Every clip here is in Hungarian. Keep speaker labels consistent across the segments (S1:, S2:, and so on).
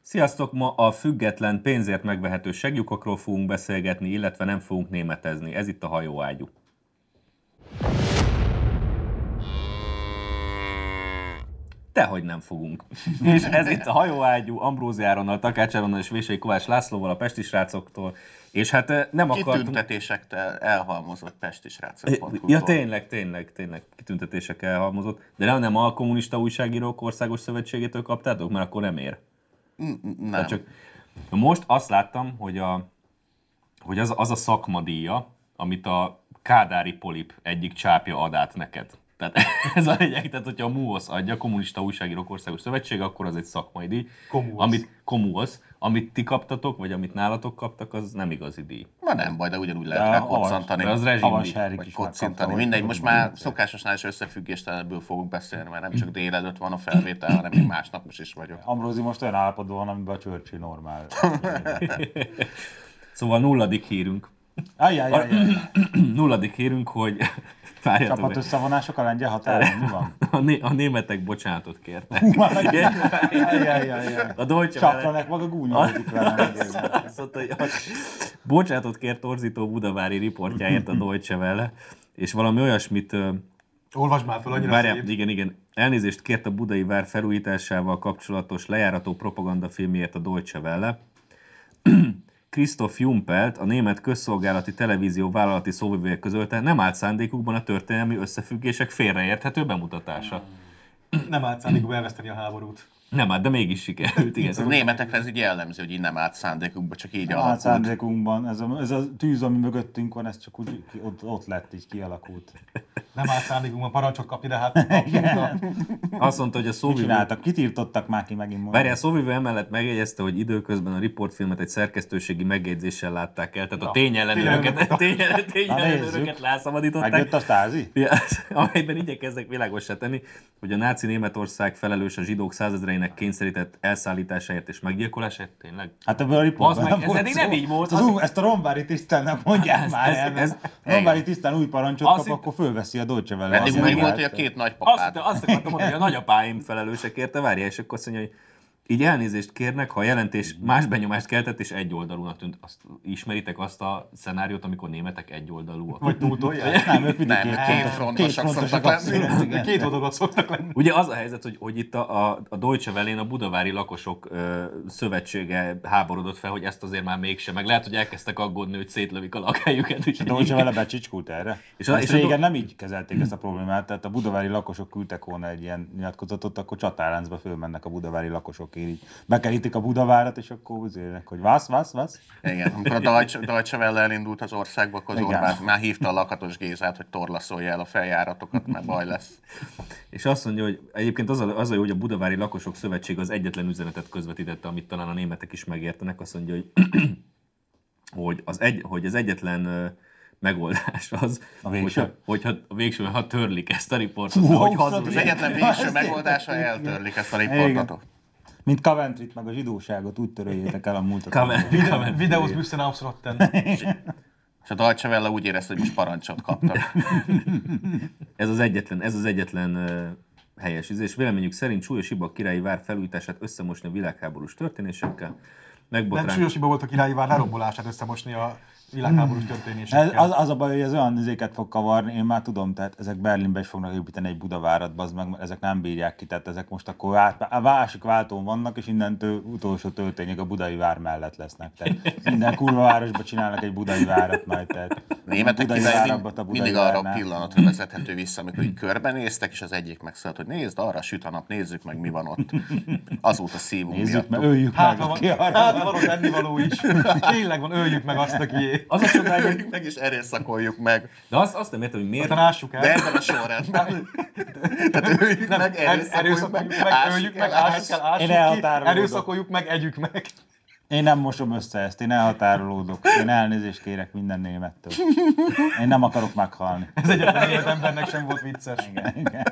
S1: Sziasztok! Ma a független pénzért megvehető segjukokról fogunk beszélgetni, illetve nem fogunk németezni. Ez itt a hajóágyú. Dehogy nem fogunk. És ez itt a hajóágyú, Ambróziáronnal, Takács Áronnal és Vései Kovács Lászlóval, a Pesti srácoktól. És hát eh, nem akartunk...
S2: Kitüntetésektől elhalmozott pesti srácok.
S1: Ja, tényleg, tényleg, tényleg kitüntetések elhalmozott. De nem, nem a kommunista újságírók országos szövetségétől kaptátok, mert akkor nem ér.
S2: Nem.
S1: Tehát csak most azt láttam, hogy, a, hogy az, az a szakmadíja, amit a Kádári Polip egyik csápja ad át neked. Tehát ez a lényeg, tehát hogyha a MUOSZ adja, Kommunista Újságírók Országos Szövetség, akkor az egy szakmai díj.
S3: Komuosz.
S1: Amit, komuosz. Amit ti kaptatok, vagy amit nálatok kaptak, az nem igazi díj.
S2: Na nem baj, de ugyanúgy lehet
S3: De
S2: rá
S3: az-
S2: koccantani.
S1: de az rezsim
S3: Havas
S1: díj,
S3: Henrik
S2: vagy
S3: is megkapta,
S2: kocintani.
S3: vagy
S2: Mindegy,
S3: tudom,
S2: most már
S3: mit.
S2: szokásosnál is összefüggéstelenebből fogok beszélni, mert nem csak délelőtt van a felvétel, hanem én másnap is is vagyok.
S3: Ambrózi most olyan állapotban van, amiben a Churchill normál.
S1: Szóval nulladik hírünk.
S3: Ajjaj, ajjaj.
S1: nulladik hírünk, hogy... Várjatok,
S3: Csapat
S1: mert-
S3: összevonások a lengyel határon, mi van?
S1: a, né- a németek bocsánatot kértek.
S3: Ajjaj, ajjaj.
S1: A Deutsche Welle-
S3: Csafranek maga gúnyolódik velem. egyébként.
S1: Azt mondta, hogy a- bocsánatot kért torzító Budavári riportjáért a Deutsche Welle, és valami olyasmit, ö,
S4: Olvasd már fel, annyira
S1: várjál,
S4: szép.
S1: igen, igen, elnézést kért a budai vár felújításával kapcsolatos lejárató propagandafilmjért a Deutsche Welle. Christoph Jumpelt, a német közszolgálati televízió vállalati szóvivője közölte, nem állt szándékukban a történelmi összefüggések félreérthető bemutatása.
S4: Nem állt szándékba elveszteni a háborút.
S1: Nem állt, de mégis sikerült, igen.
S2: A németekre ez ugye jellemző, hogy így nem állt szándékukba, csak így
S3: Hát
S2: alakult.
S3: szándékunkban, ez a, ez a tűz, ami mögöttünk van, ez csak úgy ki- ott, ott lett, így kialakult.
S4: Nem állt szándékunkban parancsot kapni, de hát kaptunk a
S1: Azt mondta, hogy a
S3: Mit
S1: szóvivő
S3: csináltak? Kitirtottak már ki megint most.
S1: Várjál, Szóvivő emellett megjegyezte, hogy időközben a riportfilmet egy szerkesztőségi megjegyzéssel látták el, tehát a tényellenőröket, tényellenőröket, tényellenőröket
S3: nézzük.
S1: lászabadították,
S3: Megjött a stázi?
S1: ja, amelyben igyekeznek világosá tenni, hogy a náci Németország felelős a zsidók százezreinek kényszerített elszállításáért és meggyilkolásáért, tényleg?
S3: Hát ebből a riportban
S1: meg, ez
S3: volt
S1: eddig nem
S3: szó.
S1: így volt,
S3: Ez,
S1: az-
S3: az,
S1: Hát
S3: új- ezt a Rombári tisztelnek mondják
S1: Ez-
S3: már
S1: ez-
S3: el,
S1: ez-
S3: ez, Rombári tisztán új parancsot
S1: Azt
S3: kap,
S1: itt-
S3: akkor fölveszi a Dolce Vele.
S2: Eddig
S1: Azt
S2: úgy
S1: meg-
S2: volt, hogy a két
S1: Azt, de
S2: nagypapád.
S1: azt akartam mondani, hogy a nagyapáim felelősek érte, várjál, és akkor azt mondja, hogy így elnézést kérnek, ha a jelentés más benyomást keltett, és egyoldalúnak tűnt. Azt, ismeritek azt a szenáriót, amikor németek egyoldalúak?
S4: vagy túltolják.
S3: hát Nem, ők mindig
S2: Nem, hát
S3: két,
S2: két
S3: fontos-
S2: frontosak szoktak
S3: abszolút,
S2: lenni.
S3: igen.
S4: Két oldalban szoktak lenni.
S1: Ugye az a helyzet, hogy, hogy itt a, a, a Deutsche Wellén a budavári lakosok ö, szövetsége háborodott fel, hogy ezt azért már mégsem, meg lehet, hogy elkezdtek aggódni, hogy szétlövik a lakhelyüket.
S3: A Dolce Vele becsicskult erre.
S1: És
S3: És,
S1: a-
S3: és
S1: és a do-
S3: régen nem így kezelték ezt a problémát, tehát a budavári lakosok küldtek volna egy ilyen nyilatkozatot, akkor csatáráncba fölmennek a budavári lakosok, így bekerítik a budavárat, és akkor üzélnek, hogy vász, vász, vász.
S2: Igen, amikor a Deutsche, Deutsche Welle elindult az országba, akkor az
S3: Igen.
S2: Orbán már hívta a lakatos Gézát, hogy torlaszolja el a feljáratokat, mert baj lesz.
S1: És azt mondja, hogy egyébként az a, az a jó, hogy a Budavári Lakosok Szövetség az egyetlen üzenetet közvetítette, amit talán a németek is megértenek. Azt mondja, hogy, hogy, az, egy, hogy az egyetlen ö, megoldás az,
S3: A végső?
S1: hogyha, hogyha a végső, ha törlik ezt a riportot,
S3: Hú,
S1: hogy
S3: szóval
S1: hazudják.
S2: Az egyetlen végső megoldása, ha eltörlik ezt a riportatot.
S3: Mint Coventryt, meg a zsidóságot úgy töröljétek el a múltat.
S1: Kamen- kamen-
S4: Videós müssen aufsrotten.
S2: És a Deutsche Welle úgy érezte, hogy most parancsot kaptak.
S1: Ez az egyetlen, ez az egyetlen ö, helyes íz, és véleményük szerint súlyos hiba a királyi vár felújítását összemosni a világháborús történésekkel.
S4: Nem
S1: Megbotrán...
S4: súlyos hiba volt a királyi vár lerombolását összemosni a világháborús
S3: Ez,
S4: történésekkel.
S3: az, az a baj, hogy ez olyan izéket fog kavarni, én már tudom, tehát ezek Berlinbe is fognak építeni egy Budavárat, bazd meg, mert ezek nem bírják ki, tehát ezek most akkor át, a másik váltón vannak, és innentől utolsó történik a budai vár mellett lesznek. Tehát minden kurva városba csinálnak egy budai várat majd, tehát
S2: németek
S3: budai
S2: király mind,
S3: várakbat a budai
S2: mindig arra a
S3: várnál.
S2: pillanatra vezethető vissza, amikor így körbenéztek, és az egyik megszólalt, hogy nézd, arra süt a nap, nézzük meg, mi van ott. Azóta szívunk
S3: Nézzük,
S2: miatt.
S3: mert öljük
S4: Hát,
S3: meg,
S4: ha van,
S3: aki arra
S4: hát, ha van ott ennivaló is. Tényleg van, öljük meg azt, aki é.
S1: Az a csodálatos,
S2: Öljük meg és erőszakoljuk meg.
S1: de azt, azt nem értem, hogy miért...
S4: Aztán ássuk
S2: De
S4: el.
S2: ebben a sorrendben. Tehát öljük
S4: Nem,
S2: meg, erőszakoljuk meg, ássuk
S4: öljük meg,
S2: el,
S4: ássuk el, ássuk
S3: Én
S4: ki,
S3: elhatárolódok.
S4: erőszakoljuk meg, együk meg.
S3: Én nem mosom össze ezt, én elhatárolódok, én elnézést kérek minden némettől. Én nem akarok meghalni.
S4: Ez egyetlen élet embernek sem volt vicces.
S3: Igen.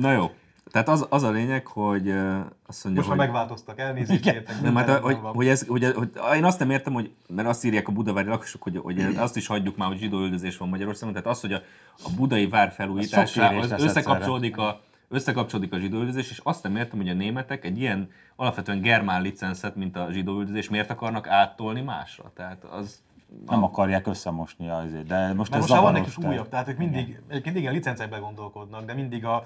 S1: Na jó, tehát az, az a lényeg, hogy ö, azt mondja, hogy...
S4: Most már megváltoztak, elnézést
S3: Igen.
S4: kértek.
S1: Nem, hát,
S4: minden
S1: hogy,
S4: rendben van.
S1: hogy, ez, hogy, hogy, én azt nem értem, hogy, mert azt írják a budavári lakosok, hogy, hogy azt is hagyjuk már, hogy zsidó üldözés van Magyarországon, tehát az, hogy a, a budai vár
S3: Az sok
S1: felújítása
S3: kérés
S1: az
S3: lesz
S1: összekapcsolódik a, összekapcsolódik a zsidóüldözés, és azt nem értem, hogy a németek egy ilyen alapvetően germán licenszet, mint a zsidóüldözés, miért akarnak áttolni másra? Tehát az...
S3: Nem akarják összemosni azért, de most
S4: Mert
S3: ez
S4: most már vannak
S3: zavaros.
S4: is újabb,
S3: tehát-
S4: tehát ők mindig, igen. egyébként igen, licencekben gondolkodnak, de mindig a,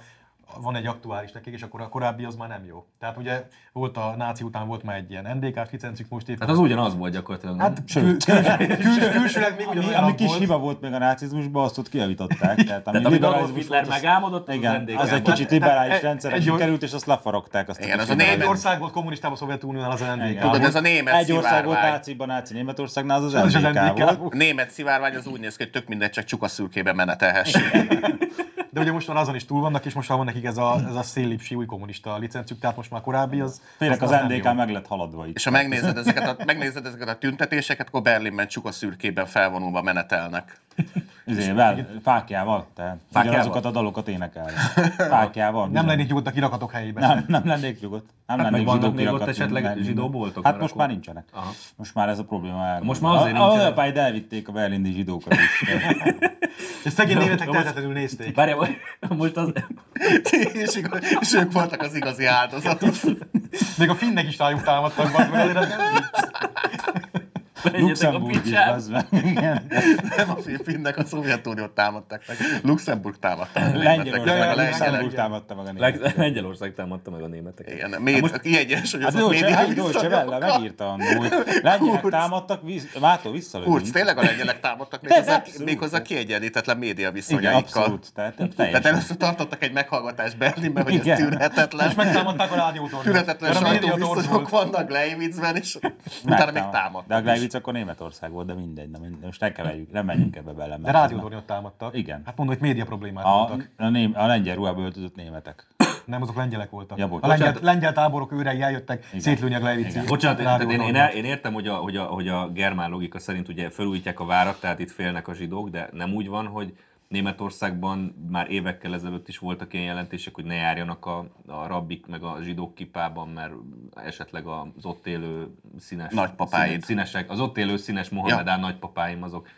S4: van egy aktuális nekik, és akkor a korábbi az már nem jó. Tehát ugye volt a náci után volt már egy ilyen NDK-s licencük most éppen.
S1: Hát az ugyanaz volt gyakorlatilag.
S4: hát kül, kül, kül, külsőleg még
S3: Ami,
S4: ugyanolyan
S3: ami
S4: volt.
S3: kis hiba volt még a nácizmusban, azt ott kijavították. Tehát ami
S1: Tehát amit Adolf
S3: liberalizmus
S1: Hitler
S3: volt, az-
S1: megálmodott, az
S3: Igen,
S1: NDK.
S3: az egy
S1: volt.
S3: kicsit
S4: Tehát-
S3: liberális
S4: tehát-
S3: rendszer
S4: egy-
S3: sikerült, és azt lefaragták. Azt
S2: Igen,
S3: kis
S2: az a
S3: liberális-
S4: Egy ország volt kommunistában, a Szovjetuniónál az NDK.
S2: Tudod,
S4: volt.
S2: ez a német
S3: Egy ország volt
S2: szivárvány.
S3: náciban, náci Németországnál, az
S4: Az
S3: az
S4: is az
S3: NDK
S4: NDK
S3: volt.
S4: volt.
S2: A német szivárvány az úgy néz ki, hogy tök mindegy, csak csukaszülkébe menetelhessék.
S4: De ugye most már azon is túl vannak, és most már van nekik ez a, ez a széllipsi új kommunista licencük, tehát most már korábbi az...
S3: Félek az
S4: nem jó.
S3: NDK meg lett haladva itt.
S2: És ha megnézed ezeket a, megnézed ezeket a tüntetéseket, akkor Berlinben csukaszürkében felvonulva menetelnek.
S3: Izével, Izé, fákjával, tehát
S1: Fákjával?
S3: azokat a dalokat énekel. Fákjával.
S4: Nem
S3: bizony.
S4: lennék jót a kirakatok helyében.
S3: nem, nem lennék nyugodt. Nem
S1: Hát meg
S3: lennék zsidó
S1: vannak még ott
S3: kirakat,
S1: esetleg
S3: minden-
S1: zsidóboltok?
S3: Hát
S1: mert
S3: most
S1: akkor-
S3: már nincsenek.
S1: Aha.
S3: Most már ez a probléma.
S1: Most már azért
S3: nincsenek.
S1: nincsenek.
S3: A apáid elvitték a berlini zsidókat is.
S4: És szegény németek
S1: Na most-
S4: tehetetlenül nézték.
S1: Várjál, most az...
S2: és, igaz- és ők voltak az igazi áldozatok.
S4: Még a finnek is rájuk támadtak, bazd meg, azért ez nem vicc.
S1: Menjetek a
S3: Luxemburg is,
S1: picsába!
S3: az meg. Igen.
S2: Nem a filmnek a Szovjetuniót támadták meg. Luxemburg támadta meg. a németeket, meg a
S3: Lengyelország,
S2: lengyelek.
S3: Luxemburg támadta meg a
S1: Leg-
S3: németeket.
S1: Lengyelország támadta meg a németeket.
S2: Igen, méd, most...
S3: Hát
S2: kiegyensúlyozott
S3: Dolce,
S2: média
S3: hát Dolce Vella
S2: viszonyokkal.
S3: megírta annó, hogy lengyelek
S2: Kurz.
S3: támadtak, víz, Mátó visszalövünk.
S2: Kurz, tényleg a lengyelek támadtak
S3: Te-
S2: méghozzá,
S3: abszolút.
S2: méghozzá kiegyenlítetlen média
S3: Igen,
S2: viszonyaikkal.
S3: abszolút. Tehát
S2: Tehát
S3: teljesen.
S2: először tartottak egy meghallgatást Berlinben, hogy
S3: Igen.
S2: ez tűrhetetlen.
S4: És megtámadták a rádiótornyot.
S2: Tűrhetetlen
S4: Mert a médiatorz
S2: sajtóviszonyok
S4: volt.
S2: vannak Gleivitzben, és utána még támadtak.
S3: De a
S2: is.
S3: Gleiwitz akkor Németország volt, de mindegy, nem, mindegy. most ne keverjük, nem menjünk ebbe bele. mert
S4: De rádiótornyot támadtak.
S3: Igen.
S4: Hát mondom, hogy média problémák
S3: A,
S4: voltak.
S3: a, ném, a lengyel ruhába öltözött németek.
S4: Nem, azok lengyelek voltak.
S3: Ja, bocs.
S4: a lengyel, lengyel táborok őrei eljöttek, szétlőni a Gleivici.
S1: Bocsánat, én, tehát én, én, el- én értem, hogy a, hogy, a, hogy a germán logika szerint ugye felújítják a várat, tehát itt félnek a zsidók, de nem úgy van, hogy Németországban már évekkel ezelőtt is voltak ilyen jelentések, hogy ne járjanak a, a rabbik meg a zsidók kipában, mert esetleg az ott élő színes...
S2: Nagypapáid.
S1: színe- Színesek, az ott élő színes Mohamedán nagypapáim azok,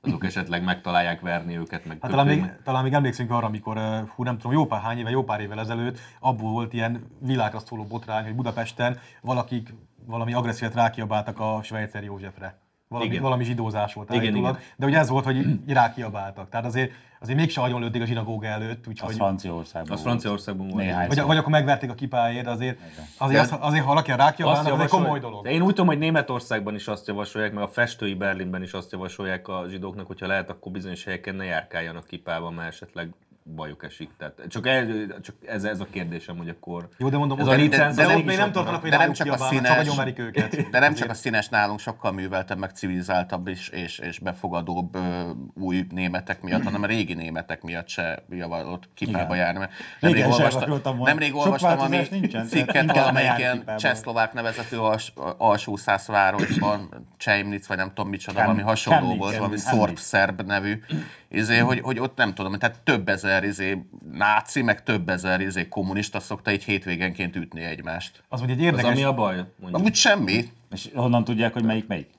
S1: azok esetleg megtalálják verni őket, meg
S4: Hát talán még,
S1: köpni.
S4: talán még emlékszünk arra, amikor, ö, hú nem tudom, jó pár hány éve, jó pár évvel ezelőtt abból volt ilyen világra szóló botrány, hogy Budapesten valakik valami agressziót rákiabáltak a Svejcer Józsefre. Valami,
S1: Igen.
S4: valami zsidózás volt
S1: Igen,
S4: állítólag.
S1: igen.
S4: De ugye ez volt, hogy rákiabáltak. Tehát azért, azért mégsem agyon lőtték a zsinagóga előtt,
S3: Az
S4: úgyhogy...
S3: Franciaországban
S1: Az
S3: volt.
S1: Franciaországban volt.
S3: Néhány
S4: Vagy,
S3: szó.
S4: vagy akkor megverték a kipáért, azért, azért,
S2: De-
S4: azt, azért ha valaki rákiabálnak, az egy
S1: javasolj-
S4: komoly dolog.
S1: De én úgy tudom, hogy Németországban is azt javasolják, meg a festői Berlinben is azt javasolják a zsidóknak, hogyha lehet, akkor bizonyos helyeken ne járkáljanak kipába, mert esetleg bajuk esik. Tehát csak, el, csak ez, ez a kérdésem, hogy akkor...
S4: Jó, de mondom,
S1: Ez
S4: ott-
S1: a licenc
S4: de,
S1: az
S4: de ott
S1: egy
S4: még
S1: is
S4: nem
S1: ott
S4: tartanak, hogy
S2: De nem
S4: rájuk
S2: csak a
S4: kiabálnak, csak
S2: színes.
S4: agyonverik őket.
S2: De nem csak a színes nálunk sokkal műveltebb, meg civilizáltabb is, és, és befogadóbb ö, új németek miatt, hanem a régi németek miatt se javalott kipába járni. mert Nemrég
S3: Régen se
S2: olvastam,
S3: akartam volna.
S2: nemrég
S3: Sok
S2: olvastam ami
S3: változás nincsen, tehát
S2: cikket
S3: inkább ne
S2: valamelyik
S3: járj
S2: ilyen
S3: kipába.
S2: csehszlovák nevezető als, alsó szászvárosban, Cseimnic, vagy nem tudom micsoda, valami
S3: Chemnitz,
S2: hasonló
S3: Chemnitz,
S2: volt, valami
S3: Chemnitz, Chemnitz.
S2: szorb-szerb nevű, izé, hogy, hogy ott nem tudom, tehát több ezer izé, náci, meg több ezer izé, kommunista szokta így hétvégenként ütni egymást.
S4: Az mondja, egy
S1: Az,
S4: érdekes
S1: ami a baj? Mondjuk.
S2: Amúgy semmi,
S3: És honnan tudják, hogy melyik melyik?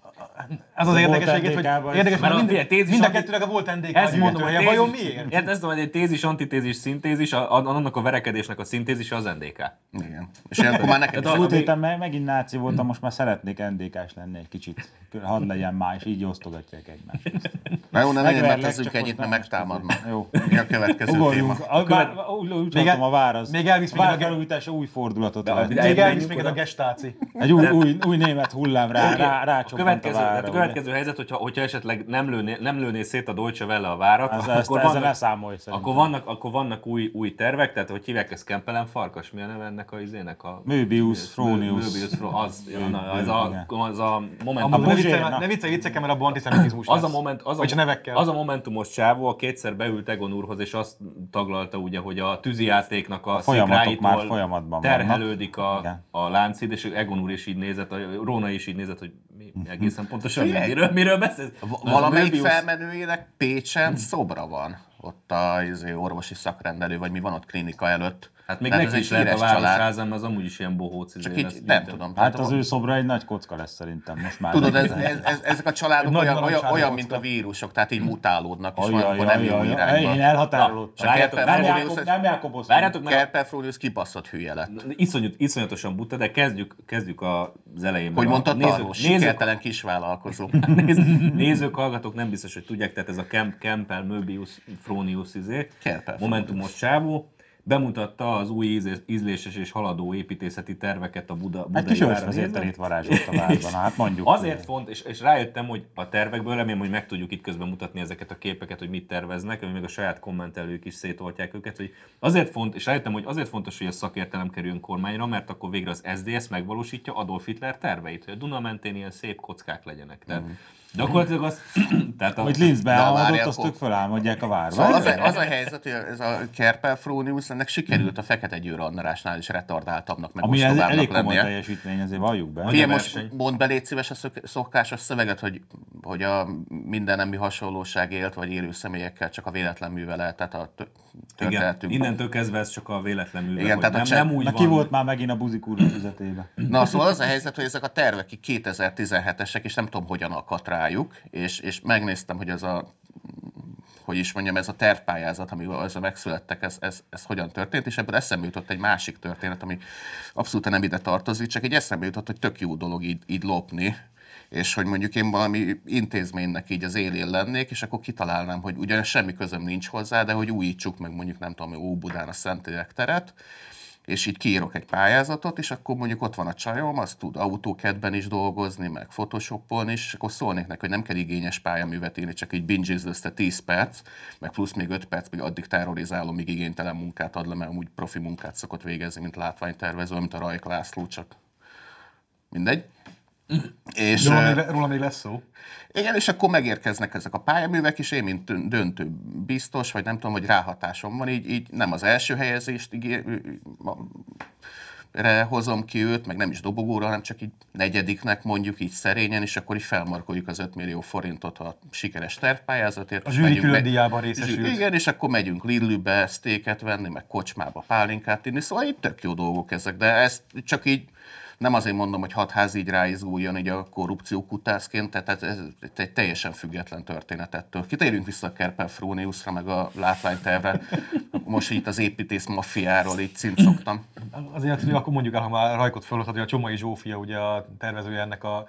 S4: Ez az
S3: Volt
S4: érdekes egyébként,
S3: NDK-ban
S4: hogy
S3: is.
S4: érdekes, mert
S1: Mert a
S4: mind,
S1: figyelj, tézis,
S4: mind a
S1: ami-
S4: kettőnek a volt NDK
S1: Ez mondom, hogy
S4: gyűjtője. Vajon miért?
S1: Ezt, ezt tudom, hogy egy tézis, antitézis, szintézis, a, a- annak a verekedésnek a szintézise az NDK.
S2: Igen. És ilyenkor már neked
S1: Tehát
S2: is
S3: Múlt
S1: Ami-
S3: héten meg, Hát megint náci voltam, most már szeretnék ndk lenni egy kicsit. Hadd legyen más, így osztogatják egymást.
S2: Na jó, nem
S3: Megverlek,
S2: németezünk
S3: csak
S2: ennyit, mert
S3: most nem
S2: megtámadnak.
S3: Jó.
S2: Mi a következő téma?
S3: Ugorjunk. A,
S1: követ-
S3: bár, úgy, úgy
S4: Még
S3: látom,
S4: el-
S3: a vár az.
S4: még elvisz
S3: a
S4: minket a
S3: vár
S4: ge-
S3: felújítása új fordulatot
S1: De a-
S3: vett.
S1: de-
S4: Még elvisz
S1: Elmenjünk
S4: minket
S1: oda.
S4: a gestáci.
S3: Egy új, új, új német hullám rá, rá, rá
S1: a következő,
S3: a
S1: tehát
S3: várra.
S1: a
S3: ugye?
S1: következő helyzet, hogyha, hogyha esetleg nem lőné, nem lőné szét a Dolce Vele a várat,
S3: Az, ezt,
S1: akkor,
S3: ezzel
S1: vannak,
S3: leszámolj szerintem.
S1: akkor, vannak, akkor vannak új, új tervek, tehát hogy hívják ezt Kempelen Farkas, mi a neve ennek a izének a...
S3: Möbius, Fronius.
S1: Möbius, Fro, az, ja, na, az,
S3: igen.
S1: a, az a
S4: Amúgy ne
S1: momentum.
S3: Bozsé-
S4: viccelj,
S3: na.
S4: ne viccelj viccekkel, mert abban antiszemitizmus
S1: Az a,
S4: lesz.
S1: moment, az,
S4: Vagy
S1: a,
S4: a nevekkel.
S1: az a momentumos csávó, a kétszer beült Egon úrhoz, és azt taglalta ugye, hogy a tűzijátéknak a, a
S3: folyamatok
S1: szikráitól
S3: már folyamatban
S1: terhelődik a,
S3: Igen.
S1: a láncid, és Egon úr is így nézett, a Róna is így nézett, hogy mi egészen pontosan
S2: Figyelj!
S1: miről, miről beszélsz?
S2: Va-
S1: Na,
S2: Valamelyik
S1: Möbius-
S2: felmenőjének
S3: Hmm.
S2: Pécsen szobra van. Ott a izé, orvosi szakrendelő, vagy mi van ott klinika előtt.
S1: Hát még
S2: Tehát
S1: neki
S2: ez
S1: is
S2: egy
S1: lehet a
S2: híres család.
S1: városházán, mert az amúgy is ilyen bohóc. izé
S2: Csak
S1: lesz
S2: így nem
S1: minden.
S2: tudom.
S3: Hát
S2: Tehát
S3: az ő szobra egy nagy kocka lesz szerintem most már.
S2: Tudod, ez,
S3: neki.
S2: ez, ez, ezek a családok
S4: Nagy
S2: olyan, olyan,
S4: narancsárga
S2: olyan
S4: kocka.
S2: mint a vírusok, tehát így mutálódnak, és
S3: Ajaj,
S2: valamikor nem
S3: ajaj,
S2: jó
S3: ajaj. Én
S2: irányba.
S3: elhatárolódtam.
S2: Csak
S1: Várjátok,
S2: Kepler
S3: Nem
S1: várjátok,
S2: Frólius-
S3: Jákob, nem Jákob Oszlán.
S1: Várjátok, mert
S2: Kepler Frólius kibaszott hülye lett.
S1: iszonyat, iszonyatosan buta, de kezdjük, kezdjük az elején.
S2: Hogy
S1: mert a-
S2: mondta Tarlós,
S1: nézők,
S2: sikertelen kisvállalkozó.
S1: Néz- nézők, hallgatók nem biztos, hogy tudják, tehát ez a Kemp, Kempel, Möbius, Fronius izé,
S2: Kempel,
S1: Momentumos csávó, bemutatta az új íze- ízléses és haladó építészeti terveket a Buda,
S3: Egy
S1: budai
S3: kis
S1: vára nézve.
S3: ősvezérterét varázsolt a várban, hát mondjuk.
S1: Azért font, és, és rájöttem, hogy a tervekből remélem, hogy meg tudjuk itt közben mutatni ezeket a képeket, hogy mit terveznek, hogy még a saját kommentelők is szétoltják őket, hogy azért font, és rájöttem, hogy azért fontos, hogy a szakértelem kerüljön kormányra, mert akkor végre az SZDSZ megvalósítja Adolf Hitler terveit, hogy a Duna mentén ilyen szép kockák legyenek. Tehát, gyakorlatilag az, tehát a,
S3: Hogy Linzbe
S2: Na, várj,
S3: álmodott, azt
S2: akkor-
S3: ők fölálmodják a várba.
S2: Szóval az, a, az a helyzet, hogy ez a Kerpel Frónius, ennek sikerült a Fekete Győr Annarásnál is retardáltabbnak, meg
S3: Ami ez elég
S2: ostobábbnak
S3: komoly
S2: lennie.
S3: teljesítmény, azért valljuk be.
S1: Hogy-
S2: Figyelj,
S1: a
S2: most
S1: verseny.
S2: mondd be, légy szíves a szök- szokásos szöveget, hogy, hogy a minden ami hasonlóság élt, vagy élő személyekkel csak a véletlen művelet, tehát a tö-
S1: igen,
S2: történetünk.
S1: innentől kezdve ez csak a véletlen műve,
S2: Igen,
S1: hogy
S2: tehát a
S1: nem,
S2: cseh-
S1: nem úgy
S3: Na
S1: van.
S3: ki volt már megint a buzik úr fizetébe?
S2: Na szóval az a helyzet, hogy ezek a tervek így 2017-esek, és nem tudom hogyan akadt rájuk, és, és megnéztem, hogy ez a hogy is mondjam, ez a tervpályázat, amivel ezzel megszülettek, ez, ez, ez hogyan történt, és ebből eszembe jutott egy másik történet, ami abszolút nem ide tartozik, csak egy eszembe jutott, hogy tök jó dolog így, így lopni, és hogy mondjuk én valami intézménynek így az élén lennék, és akkor kitalálnám, hogy ugyan semmi közöm nincs hozzá, de hogy újítsuk meg mondjuk nem tudom, Óbudán a Szentélyek teret, és így kiírok egy pályázatot, és akkor mondjuk ott van a csajom, az tud autókedben is dolgozni, meg photoshopolni, és akkor szólnék neki, hogy nem kell igényes pályaművet írni, csak így binge össze 10 perc, meg plusz még 5 perc, még addig terrorizálom, míg igénytelen munkát ad le, mert amúgy profi munkát szokott végezni, mint látványtervező, mint a Rajk László, csak mindegy. És,
S4: Róla
S2: eh,
S4: még, le- róla még lesz szó.
S2: igen, és akkor megérkeznek ezek a pályaművek, és én, mint dön- döntő biztos, vagy nem tudom, hogy ráhatásom van, így, így nem az első helyezést ígér, re hozom ki őt, meg nem is dobogóra, hanem csak így negyediknek mondjuk így szerényen, és akkor így felmarkoljuk az 5 millió forintot a sikeres tervpályázatért.
S4: A
S2: és
S4: zsűri
S2: megyünk
S4: külön
S2: meg-
S4: díjában részesült.
S2: Zsű- Igen, és akkor megyünk Lidlbe sztéket venni, meg kocsmába pálinkát inni, szóval itt tök jó dolgok ezek, de ezt csak így nem azért mondom, hogy hatház így ráizguljon így a korrupció kutászként, tehát ez, ez egy teljesen független történet ettől. Kitérjünk vissza a Kerpen Fróniusra, meg a látványtervre. Most itt az építész maffiáról így cincogtam.
S4: Azért hogy akkor mondjuk el, ha már rajkot fölhozhat, hogy a Csomai Zsófia ugye a tervezője ennek a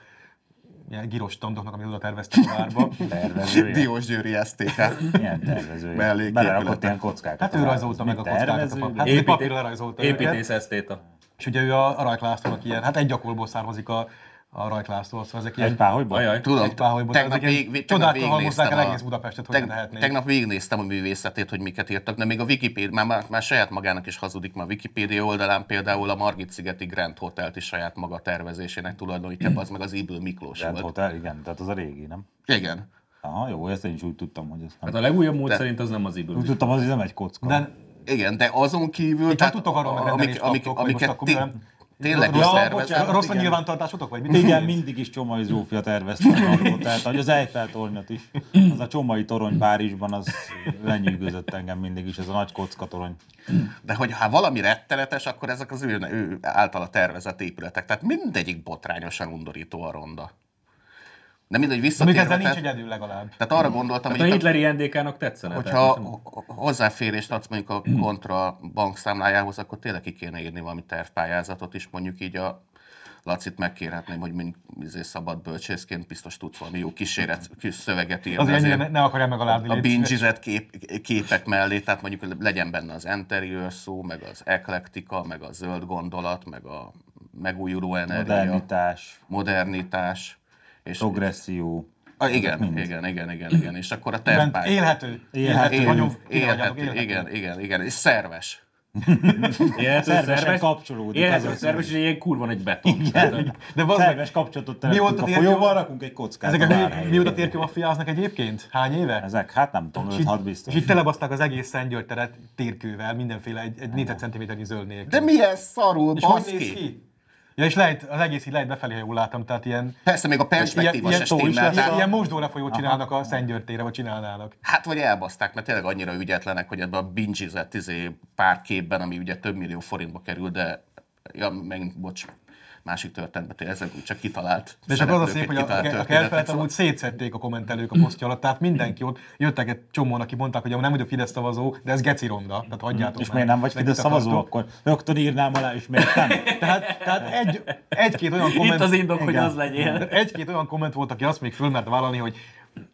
S4: ilyen giros standoknak, amit oda terveztek a várba.
S3: Tervezője.
S2: Diós Győri STK.
S3: Milyen tervezője?
S2: Melléképülete.
S3: Belerakott ilyen kockákat.
S4: Hát
S3: a
S4: ő
S3: várba.
S4: rajzolta meg a
S3: Tervező?
S4: kockákat. Hát
S1: Építé-
S4: egy papírra rajzolta őket.
S1: Építész esztéta.
S4: És ugye ő a, a Rajk Lászlónak ilyen, hát egy gyakorból származik a, a Rajk László, szóval ezek ilyen...
S3: Egy páholyban?
S1: Ajaj.
S2: Tudom,
S4: Egy páholyból,
S2: tegnap,
S4: ezek ilyen
S2: vég, vég, tegnap
S4: csodákkal halmozzák
S2: végignéztem
S4: el
S2: a-
S4: egész Budapestet, hogy
S2: teg-
S4: lehetnék.
S2: tegnap végignéztem a művészetét, hogy miket írtak, de még a Wikipédia, már, már, már saját magának is hazudik, már a Wikipédia oldalán például a Margit szigeti Grand Hotelt is saját maga tervezésének tulajdonítja, az meg az Ibl Miklós
S3: Grand
S2: volt.
S3: Hotel, igen, tehát az a régi, nem?
S2: Igen.
S3: Aha, jó, ezt én is úgy tudtam, hogy ezt
S1: Hát a
S3: nem.
S1: legújabb mód szerint az nem az idő.
S3: Úgy tudtam, az nem egy kocka.
S4: De
S2: Igen, de azon kívül...
S4: hát tudtok arról, mert rendelést kaptok, hogy most
S2: amiket
S4: akkor
S2: té-
S4: mivel-
S2: tényleg is
S4: rossz,
S2: terveznek.
S4: rossz a nyilvántartásotok, vagy mit?
S3: Igen, mindig is Csomai Zsófia tervezte a napot, tehát hogy az Eiffel tornyot is, az a Csomai torony Párizsban, az lenyűgözött engem mindig is, ez a nagy kocka torony.
S2: De hogy ha valami rettenetes, akkor ezek az ő, ő általa tervezett épületek. Tehát mindegyik botrányosan undorító a ronda. De mindegy,
S4: Még
S2: visszatérve.
S4: Szóval ezzel nincs
S2: Tehát,
S4: egyedül legalább.
S2: tehát arra gondoltam,
S1: Hát a
S2: hogy itt a-
S1: hitleri NDK-nak tetszene. tehát
S2: hogyha
S1: most
S2: ho- ho- hozzáférést adsz mondjuk a kontra bankszámlájához, akkor tényleg ki kéne írni valami tervpályázatot is, mondjuk így a Lacit megkérhetném, hogy mint izé, szabad bölcsészként biztos tudsz valami jó kíséret, kis szöveget írni.
S4: Azért ennyire
S2: Azért
S4: ne, ne akarjál megalázni.
S2: a
S4: légy szíves.
S2: bingizett kép, képek mellé, tehát mondjuk legyen benne az interior szó, meg az eklektika, meg a zöld gondolat, meg a megújuló energia, modernitás,
S3: Modernitás,
S2: modernitás és
S3: progresszió.
S2: Ah, igen, igen, igen, igen, igen, és akkor a tervpályázat.
S4: Élhető.
S3: Élhető.
S4: Élhető. Nagyon
S2: Élhető,
S4: figyelj vagyok,
S2: élhető,
S4: élhető.
S2: hát, igen, igen, igen, és szerves.
S1: Élhető
S3: Szervesen
S1: szerves,
S3: kapcsolódik,
S1: Élhető
S3: az a
S1: szerves, és ilyen kurva egy beton. Igen.
S4: De bazd meg,
S3: Szerves kapcsolatot
S4: Mióta
S3: teremtünk a
S4: tért-
S3: folyóval, rakunk egy kockát
S4: ezek a hülyék
S3: várhelyére.
S4: mióta térkő a fiáznak egyébként? Hány éve?
S3: Ezek, hát nem tudom,
S4: És
S3: 5-6
S4: így-
S3: biztos.
S4: És itt telebaszták az egész Szentgyörgy teret térkővel, mindenféle egy, egy négyzetcentiméternyi zöld nélkül.
S2: De milyen szarul,
S4: és hogy
S2: baszki!
S4: néz ki? Ja, és lehet, az egész így lehet befelé, ha jól látom, tehát ilyen,
S2: Persze még a
S4: ilyen,
S2: perspektíva
S4: ilyen,
S2: se
S4: tó is
S2: stimmel.
S4: lehet, ilyen,
S2: tehát-
S4: ilyen mosdóra folyót csinálnak a Szentgyörtére, vagy csinálnának.
S2: Hát vagy elbaszták, mert tényleg annyira ügyetlenek, hogy ebben a bingizett izé, pár képben, ami ugye több millió forintba kerül, de ja, megint, bocs, másik történetben, ezek csak kitalált.
S4: De és akkor az a szép,
S2: szereplőket,
S4: hogy a,
S2: kitalált
S4: a
S2: történetek,
S4: kertfelet
S2: szóval-
S4: amúgy szétszették a kommentelők a posztja alatt, tehát mindenki ott, jöttek egy csomóan, aki mondták, hogy amúgy nem vagyok Fidesz szavazó, de ez geci ronda, tehát hagyjátok
S3: És
S4: már.
S3: miért nem vagy
S4: Meg
S3: Fidesz
S4: mit akartok?
S3: szavazó, akkor rögtön írnám alá, és miért nem?
S4: Tehát, tehát egy, egy-két olyan komment...
S5: Itt az indok, hogy
S4: Igen.
S5: az legyél.
S4: Egy-két olyan komment volt, aki azt még fölmert vállalni, hogy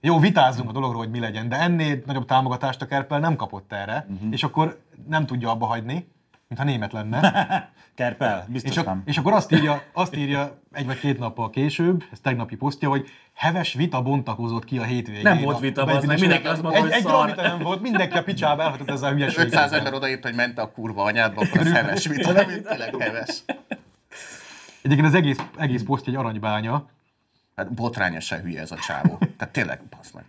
S4: jó, vitázzunk a dologról, hogy mi legyen, de ennél nagyobb támogatást a Kerpel nem kapott erre,
S3: Mhm.
S4: uh-huh. és akkor nem tudja abba hagyni, mintha német lenne.
S3: Kerpel, biztos
S4: És, ak-
S3: nem.
S4: és akkor azt írja, azt írja egy vagy két nappal később, ez tegnapi posztja, hogy heves vita bontakozott ki a hétvégén.
S5: Nem volt vita,
S4: A
S5: bazd meg,
S4: benzines-
S5: mindenki azt mondta,
S4: egy,
S5: hogy
S4: egy
S5: szar.
S4: olyan vita nem volt, mindenki a picsába elhatott ezzel a hülyeséggel.
S2: 500 ember odaírt, hogy ment a kurva anyádba, akkor az heves vita, ami tényleg heves.
S4: Egyébként az egész, egész poszt egy aranybánya,
S2: Hát botrányosan hülye ez a csávó. Tehát tényleg, basz meg.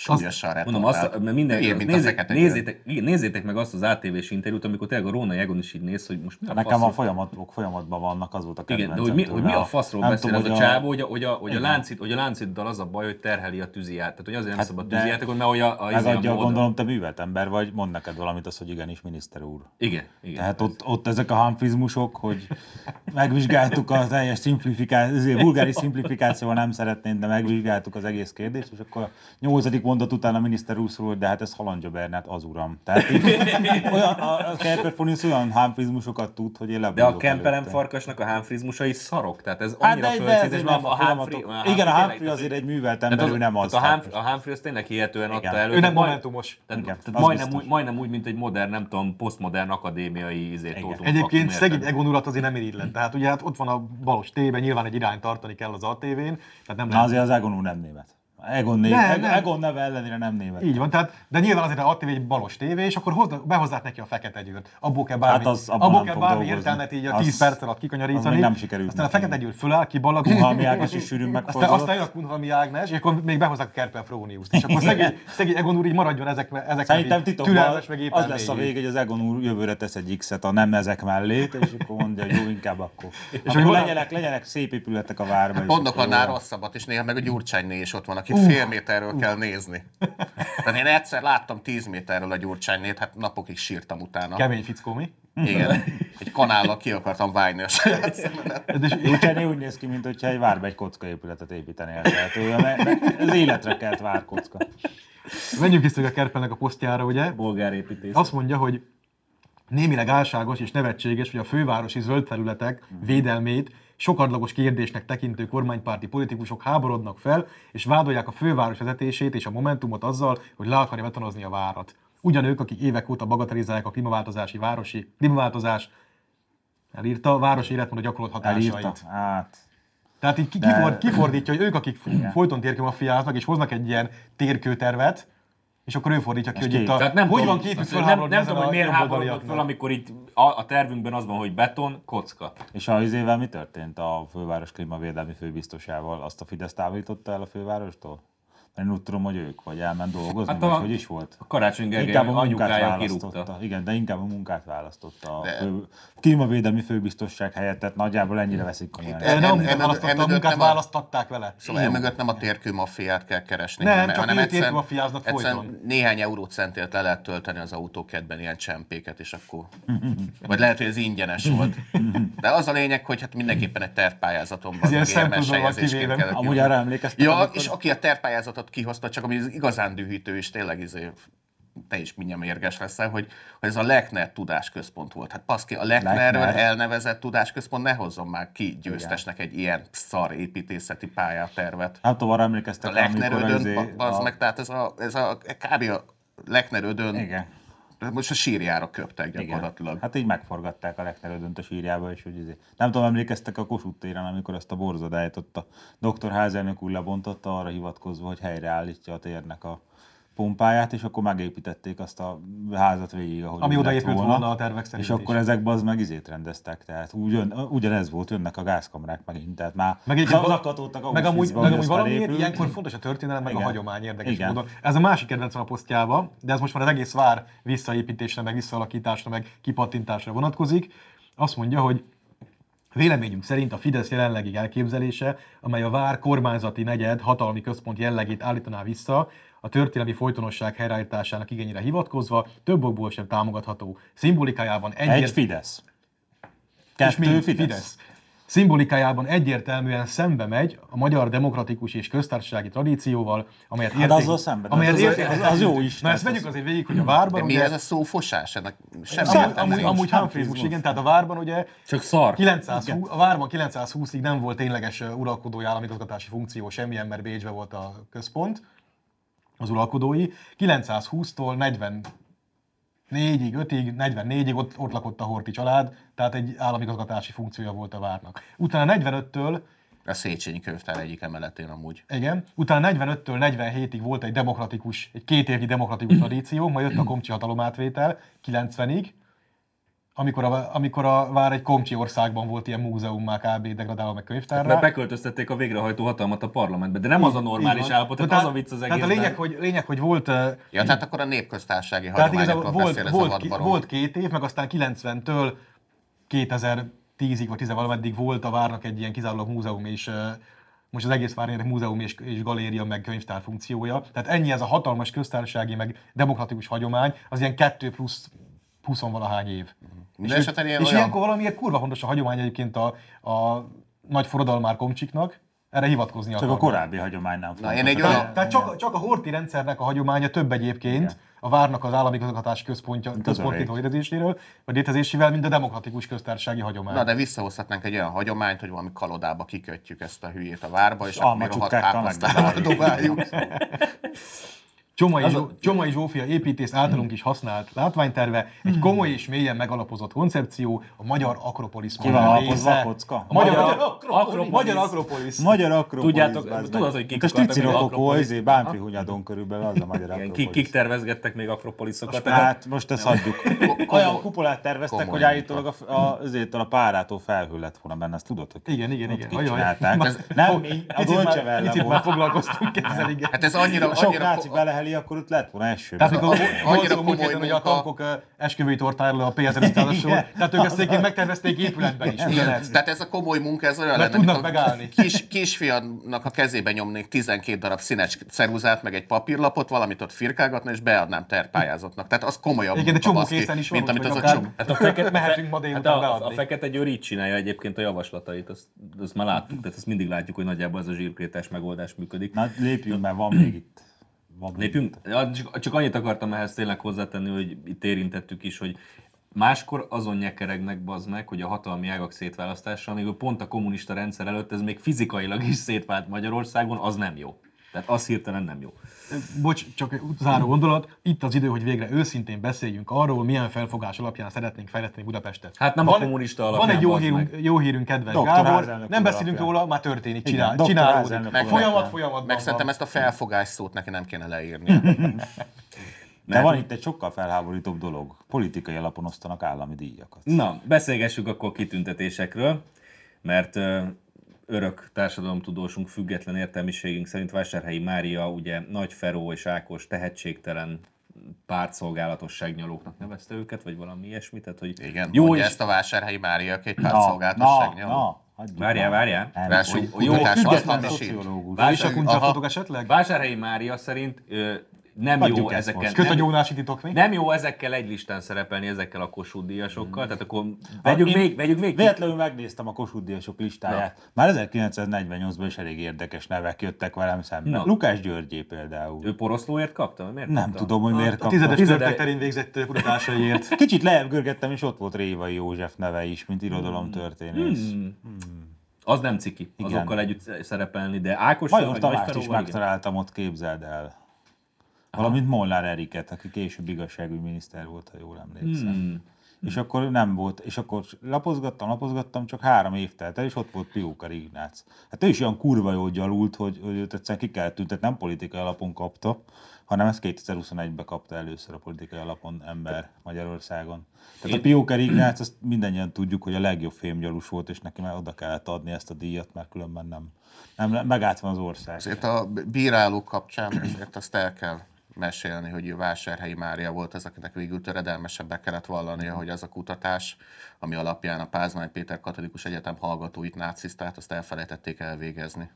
S2: Súlyosan rettem.
S1: Mondom, azt, a- mert minden,
S2: Ilyen,
S1: az,
S2: mint a
S1: nézzétek,
S2: fekete
S1: nézzétek, igen, nézzétek meg azt az ATV-s interjút, amikor tényleg a Róna Egon is így néz, hogy most mi a
S3: Nekem a
S1: faszról-
S3: folyamatok folyamatban vannak, az volt a
S1: igen,
S3: kedvencem.
S1: de hogy mi,
S3: tőle.
S1: hogy mi a faszról
S3: Nem
S1: beszél
S3: tudom,
S1: ez a
S3: hogy
S1: csávó, hogy a, hogy a, hogy a, láncid, hogy a lánciddal az a baj, hogy terheli a tűziját. Tehát, hogy azért nem
S3: Hát
S1: szabad
S3: de-
S1: tűzijátékot, mert hogy a, a, izé
S3: Megadja,
S1: a módon-
S3: gondolom, te művelt ember vagy, mond neked valamit az, hogy igenis, miniszter úr.
S1: Igen, igen.
S3: Tehát ott, ott ezek a hanfizmusok, hogy megvizsgáltuk a teljes szimplifikáció, vulgáris szimplifikációval nem szeretnénk, de megvizsgáltuk az egész kérdést, és akkor a nyolcadik mondat után a miniszter úr szól, hogy de hát ez Halandja Bernát, az uram. Tehát így, olyan, a, a Kerper Fonis olyan hanfizmusokat tud, hogy én
S1: De a
S3: lebújok
S1: kempelem
S3: előtte.
S1: farkasnak a hámfrizmusai szarok, tehát ez
S3: Hát
S1: annyira
S3: de,
S1: hát
S3: de
S1: földszintes,
S3: ezért
S1: mert
S3: nem
S1: a
S3: a
S1: hámfri...
S3: folyamatok. Igen, a hámfri azért egy művelt ember, ő nem az.
S1: A, hámfri,
S3: Humphrey-
S1: a hámfri az tényleg hihetően adta
S3: Igen.
S1: elő.
S4: ő nem
S1: tehát majd-
S4: momentumos.
S1: Tehát,
S3: Igen,
S1: tehát
S3: az
S1: majdnem,
S3: biztos.
S1: úgy, majdnem úgy, mint egy modern, nem tudom, posztmodern akadémiai izét Tóth Unfak,
S4: Egyébként
S1: érted?
S4: szegény Egon urat azért nem irigylem. Tehát ugye hát ott van a balos tében, nyilván egy irányt tartani kell az ATV-n, tehát
S3: Na
S4: nem lehet.
S3: azért az Egon úr nem német. Egon, név,
S4: Nem, nem.
S3: Egon neve ellenére nem német.
S4: Így van, tehát, de nyilván azért a ATV egy balos tévé, és akkor hoznak, behozzák neki a fekete győrt. Abból kell bármi,
S3: Hát az- abban
S4: abból
S3: nem
S4: kell
S3: fog
S4: bármi
S3: dolgozni.
S4: értelmet így a
S3: Az-
S4: 10 perc alatt
S3: az
S4: kikanyarítani.
S3: még nem sikerült
S4: Aztán a
S3: neki.
S4: fekete győr föláll, kibalagul.
S3: Kunhalmi Ágnes is sűrűn
S4: Aztán,
S3: megfordulott.
S4: aztán jön a Kunhalmi Ágnes, és akkor még behozzák a Kerpel Fróniuszt. És akkor szegény, szegény Egon úr így maradjon ezek, ezek
S3: Szerintem titokban
S4: türelmes, meg éppen
S3: az lesz a vége, hogy az Egon úr jövőre tesz egy X-et a nem ezek mellé, Hát és akkor mondja, hogy jó, inkább akkor. És akkor
S4: hogy-
S3: legyenek, legyenek szép épületek a várban.
S2: Hát Mondok annál rosszabbat, és néha meg a Gyurcsányné is ott van, akit fél méterről kell nézni. Tehát én egyszer láttam 10 méterről a Gyurcsánynét, hát napokig sírtam utána.
S4: Kemény fickó mi?
S2: Igen. Egy kanállal ki akartam vágni a saját szememet.
S4: De-
S3: Úgyhogy úgy néz ki, mint hogyha egy várba egy kocka épületet építenél. Tehát ő, mert- mert az életre kelt várkocka.
S4: Menjünk vissza a Kerpelnek a posztjára, ugye?
S1: Bolgár építész.
S4: Azt mondja, hogy némileg álságos és nevetséges, hogy a fővárosi zöld területek védelmét sokadlagos kérdésnek tekintő kormánypárti politikusok háborodnak fel, és vádolják a főváros vezetését és a Momentumot azzal, hogy le akarja betonozni a várat. Ugyanők, akik évek óta bagatelizálják a klímaváltozási városi, klímaváltozás elírta, a város életmód gyakorolt hatásait.
S3: Elírta. Hát.
S4: Tehát így ki-
S3: De-
S4: kiford, kifordítja, hogy ők, akik f- folyton térkőmafiáznak, és hoznak egy ilyen térkőtervet, és akkor ő fordítja ki, hogy
S3: ki-
S4: itt a,
S1: Tehát nem
S4: hogy
S1: tudom,
S4: van két
S1: azt nem,
S4: fölháborodni
S1: nem tudom,
S4: ezen
S1: hogy
S4: a
S1: miért háborodnak
S4: jobboldaliaknak.
S1: föl, amikor itt a, a tervünkben az van, hogy beton, kocka.
S3: És a izével mi történt a főváros klímavédelmi főbiztosával? Azt a Fidesz távolította el a fővárostól? Mert én úgy tudom, hogy ők, vagy elment dolgozni,
S1: Hát
S3: hát
S1: a-
S3: vagy hogy is volt?
S1: A Karácsony Gergely
S3: Inkább a munkát
S1: anyukája kirúgta.
S3: választotta. Igen, de inkább a munkát választotta. A
S2: De-
S3: fő, klímavédelmi főbiztosság helyett, tehát nagyjából ennyire veszik komolyan.
S2: Itt-
S4: Ő Nem,
S2: Emögött-
S4: nem választotta a
S2: emögött
S4: munkát,
S2: nem a-
S4: választatták vele.
S2: Szóval emögött nem a térkő maffiát kell keresni,
S4: Nem,
S2: hanem-
S4: csak
S2: hanem
S4: ők
S2: egyszerűen-
S4: térkőmaffiáznak
S2: egyszerűen
S4: folyton.
S2: néhány eurócentért le lehet tölteni az autókedben ilyen csempéket, és akkor... Vagy lehet, hogy ez ingyenes volt. De az a lényeg, hogy hát mindenképpen egy tervpályázaton van.
S4: Ez ilyen
S2: ugye, mert
S4: szempontból van
S2: sejezésként
S4: kivéve.
S2: kellett
S3: Amúgy
S2: jutni.
S3: arra emlékeztek,
S2: Ja,
S3: amikor-
S2: és aki a tervpályázatot kihozta, csak ami az igazán dühítő, és tényleg izé, te is mindjárt mérges leszel, hogy, hogy ez a Lechner tudásközpont volt. Hát paszki, a Lechnerről
S3: Lechner.
S2: elnevezett tudásközpont ne hozzon már ki győztesnek egy ilyen szar építészeti pályatervet.
S3: Nem tudom, arra
S2: A
S3: emlékeztek,
S2: Lechner
S3: amikor
S2: ödön,
S3: izé-
S2: az
S3: a-
S2: meg, tehát ez a, ez a kb. a Lechner ödön,
S3: Igen.
S2: most a sírjára köptek
S3: Igen.
S2: gyakorlatilag.
S3: Hát így megforgatták a legterődönt a sírjába, és hogy izé. Nem tudom, emlékeztek a Kossuth téren, amikor ezt a borzadályt ott a doktor házelnök úr lebontotta, arra hivatkozva, hogy helyreállítja a térnek a pompáját, és akkor megépítették azt a házat végig, ahogy
S4: Ami
S3: úgy
S4: oda
S3: lett
S4: épült volna a tervek szerint
S3: És akkor
S4: is.
S3: ezekben az meg izét rendeztek, tehát ugyan, ugyanez volt, jönnek a gázkamrák megint, tehát már
S4: Meg, egy,
S3: zakatoltak a
S4: meg amúgy,
S3: Auschwitzba,
S4: meg
S3: hogy
S4: amúgy
S3: az
S4: valamiért
S3: felépül.
S4: ilyenkor fontos a történelem, meg Igen.
S3: Igen.
S4: a hagyomány érdekes Igen.
S3: Igen.
S4: módon. Ez a másik kedvencem a posztjába, de ez most már az egész vár visszaépítésre, meg visszaalakításra, meg kipattintásra vonatkozik. Azt mondja, hogy Véleményünk szerint a Fidesz jelenlegi elképzelése, amely a vár kormányzati negyed hatalmi központ jellegét állítaná vissza, a történelmi folytonosság helyreállításának igényére hivatkozva több okból sem támogatható. Szimbolikájában egyért...
S3: Egy Fidesz.
S4: És mi?
S3: Kettő
S4: Fidesz.
S3: Fidesz.
S4: Szimbolikájában egyértelműen szembe megy a magyar demokratikus és köztársasági tradícióval, amelyet
S3: Hát azzal szemben,
S4: amelyet
S3: az- az- az- az jó is,
S4: Na ezt
S3: tehát
S4: vegyük azért végig, hogy a várban...
S2: De mi
S4: ugye-
S2: ez a szófosás? Ennek semmi
S4: Amúgy,
S2: értelme
S4: amúgy,
S2: nincs.
S4: amúgy Humphreys-mus, igen, tehát a várban ugye
S1: Csak szar.
S4: 920, a várban 920-ig nem volt tényleges ö, uralkodói államigazgatási funkció semmilyen, mert Bécsbe volt a központ, az uralkodói. 920-tól 44-ig, 5-ig, 44-ig ott, ott lakott a Horti család, tehát egy államigazgatási funkciója volt a várnak. Utána 45-től
S2: A Széchenyi könyvtár egyik emeletén amúgy.
S4: igen. Utána 45-től 47-ig volt egy demokratikus, egy két évnyi demokratikus
S1: Mhm.
S4: tradíció, majd jött a komcsi hatalomátvétel 90-ig, amikor a, amikor a vár egy komcsi országban volt ilyen múzeum, már kb. degradálva meg
S1: Hát, Mert
S4: könyvtárra.
S1: beköltöztették a végrehajtó hatalmat a parlamentbe, de nem az a normális állapot, tehát az a vicc az egészben.
S4: Tehát Hát a lényeg, hogy, lényeg, hogy volt ö,
S2: Ja, tehát akkor a népköztársági
S4: Tehát
S2: hagyományokról
S4: igazából
S2: beszél
S4: volt,
S2: ez a
S4: volt, ki-
S2: vadbarom.
S4: volt két év, meg aztán 90-től 2010-ig vagy 10 valameddig volt a várnak egy ilyen kizárólag múzeum és ö, most az egész várnének múzeum és, és galéria, meg könyvtár funkciója. Tehát ennyi ez a hatalmas köztársasági, meg demokratikus hagyomány, az ilyen kettő plusz 20 valahány év.
S2: Mindenesetre Mhm. ilyen
S4: és
S2: olyan-
S4: ilyenkor valamiért kurva fontos a hagyomány egyébként a, a nagy forradalmár komcsiknak, erre hivatkozni
S3: Csak a
S4: akarnak.
S3: korábbi hagyománynál.
S2: Na, én
S3: fontos.
S2: egy olyan-
S4: Tehát, tehát csak, csak a horti rendszernek a hagyománya több egyébként a várnak az állami közigazgatás központja, központjától létezéséről, vagy létezésével, mint a demokratikus köztársasági hagyomány.
S2: Na, de visszahozhatnánk egy olyan hagyományt, hogy valami kalodába kikötjük ezt a hülyét a várba, és
S3: És
S2: akkor
S3: alma
S2: mi rohadt
S3: csutkákkal
S2: káposztába
S3: megdobáljuk.
S2: dobáljuk.
S4: Csomai, Zsó, Csomai Zsófia építész általunk is használt látványterve,
S3: Hmm.
S4: egy komoly és mélyen megalapozott koncepció, a magyar akropolisz
S3: Ki van
S4: modell
S3: alapozva
S4: része.
S3: a kocka?
S4: A magyar,
S1: Magyar
S4: magyar, akropolisz.
S1: Akropolisz.
S4: magyar akropolisz.
S3: Magyar akropolis.
S1: Tudjátok,
S3: bazd meg.
S1: tudod, hogy kik
S3: Mint A
S1: akartak
S3: stici
S1: még
S3: rokokó,
S1: akropolis-
S3: izé, Bánfi hunyadon körülbelül az a magyar
S1: Igen,
S3: akropolis.
S1: kik, kik tervezgettek még akropoliszokat? Tehát
S3: Hát most ezt hagyjuk.
S2: Ko-
S3: Olyan
S2: komoly-
S3: kupolát terveztek,
S2: komoly
S3: hogy állítólag a, a, azért a párától felhő lett volna benne, azt tudod, hogy
S4: Igen, igen,
S3: ott
S4: igen.
S3: kik
S4: Ajaj.
S3: csinálták.
S2: Ez-
S3: Nem, így a
S4: Picit
S3: Dolce
S4: már-
S3: Vella
S4: Picit már
S3: volt.
S4: foglalkoztunk ezzel, igen.
S2: Hát ez annyira,
S3: Ha sok
S2: annyira,
S3: náci beleheli, akkor ott lett volna eső.
S4: Tehát
S2: a-
S4: mikor volt- volt
S2: annyira
S4: szó múlt
S2: komoly
S4: héten, hogy a
S2: munka.
S4: tankok ö, esküvői tortáról a PSZ-re tehát ők ezt egyébként megtervezték épületben is.
S2: Igen,
S4: Ugyanezt.
S2: tehát ez a komoly munka, ez olyan
S4: Mert
S2: lenne, mint
S4: tudnak
S2: a
S4: megállni.
S2: Kis, kisfiamnak a kezébe nyomnék 12 darab színes ceruzát, meg egy papírlapot, valamit ott firkálgatna, és beadnám terpályázatnak. Tehát az komolyabb
S4: Igen, de
S2: munka,
S4: csomó
S2: baszki,
S4: készen is van,
S2: mint amit az
S4: úgyhogy
S2: a
S4: akár-
S2: csomó.
S1: Hát a fekete,
S4: Mehetünk ma délután
S1: hát a,
S4: beadni.
S1: a fekete Győr így csinálja egyébként a javaslatait, azt, azt már láttuk, tehát ezt mindig látjuk, hogy nagyjából ez a zsírkrétás megoldás működik.
S3: Na lépjünk, mert van még itt. Van még
S1: Lépjünk, Ja, csak, csak annyit akartam ehhez tényleg hozzátenni, hogy itt érintettük is, hogy máskor azon nyekeregnek bazd meg, hogy a hatalmi ágak szétválasztása, amíg pont a kommunista rendszer előtt ez még fizikailag is szétvált Magyarországon, az nem jó. Tehát az hirtelen nem jó.
S4: Bocs, csak egy záró gondolat. Itt az idő, hogy végre őszintén beszéljünk arról, milyen felfogás alapján szeretnénk fejleszteni Budapestet.
S1: Hát nem a kommunista
S4: Van
S1: alapján,
S4: egy jó
S1: bazd
S4: hírünk, jó hírünk kedves
S3: Doktor
S4: Gábor.
S3: házelnök
S4: Nem
S3: úr
S4: beszélünk
S3: alapján.
S4: róla, már történik, csinál,
S3: doktor
S4: csinálódik.
S3: házelnök
S4: Meg
S2: úr
S4: folyamat
S3: alapján.
S4: folyamatban
S2: Meg szerintem
S4: van.
S2: ezt a felfogás szót neki nem kéne leírni.
S3: De van itt egy sokkal felháborítóbb dolog. Politikai alapon osztanak állami díjakat.
S1: Na, beszélgessünk akkor kitüntetésekről, mert ö, örök társadalomtudósunk független értelmiségünk szerint Vásárhelyi Mária ugye Nagy Feró és Ákos tehetségtelen pártszolgálatos segnyalóknak nevezte őket, vagy valami ilyesmit, tehát hogy
S2: Igen, Jó
S1: jó
S2: mondja
S1: is,
S2: ezt a vásárhelyi Mária, aki egy
S3: Na,
S2: pártszolgáltasság
S3: na,
S2: nyaló.
S3: na, hagyjuk
S1: Várjál,
S3: már.
S1: várjál.
S3: Elnézést.
S2: Rássuk
S3: Jó,
S2: kutatás
S3: független
S2: hasznosít.
S3: szociológus.
S1: Bár-
S4: És a kuncsaftotok esetleg?
S1: Vásárhelyi Mária szerint ö, nem
S3: Hagyjuk
S1: jó
S3: ezt
S1: ezeken,
S3: most.
S4: Köt a
S1: nem,
S4: gyónási titok mi?
S1: nem jó ezekkel egy listán szerepelni, ezekkel a Kossuth díjasokkal, tehát akkor vegyük
S3: Én
S1: még, vegyük még ki-
S3: Véletlenül megnéztem a Kossuth Díjasok listáját. Már 1948-ban is elég érdekes nevek jöttek velem szemben.
S1: Na.
S3: Lukács Györgyé például.
S1: Ő poroszlóért kapta? Miért
S3: Nem
S1: kapta?
S3: tudom, hogy miért
S4: A
S3: kapta.
S4: tizedes
S1: Tizede-
S4: törtek terén végzett ö, kutatásaiért.
S3: Kicsit lejjebb görgettem, és ott volt Révai József neve is, mint irodalomtörténész.
S1: Hmm. Az nem ciki,
S3: Igen.
S1: azokkal együtt szerepelni, de Ákos
S3: Major Tamást is
S1: Nagyferóval igen.
S3: megtaláltam ott, képzeld el. Valamint Molnár Eriket, aki később igazságügyminiszter volt, ha jól emlékszem. És akkor nem volt, és akkor lapozgattam, lapozgattam, csak három év telt el, és ott volt Piókar Ignác. Hát ő is olyan kurva jól gyalult, hogy, hogy őt egyszer ki kellett tüntetni, nem politikai alapon kapta, hanem ezt 2021-ben kapta először a politikai alapon ember Magyarországon. Tehát a Piókar Ignác, azt mindannyian tudjuk, hogy a legjobb fémgyalus volt, és neki már oda kellett adni ezt a díjat, mert különben nem, nem megállt van az ország.
S2: Azért a bírálók kapcsán, azért azt el kell mesélni, hogy Vásárhelyi Mária volt az, akinek végül töredelmesebbe kellett vallania, hogy az a kutatás, ami alapján a Pázmány Péter Katolikus Egyetem hallgatóit nácisztát, azt elfelejtették elvégezni.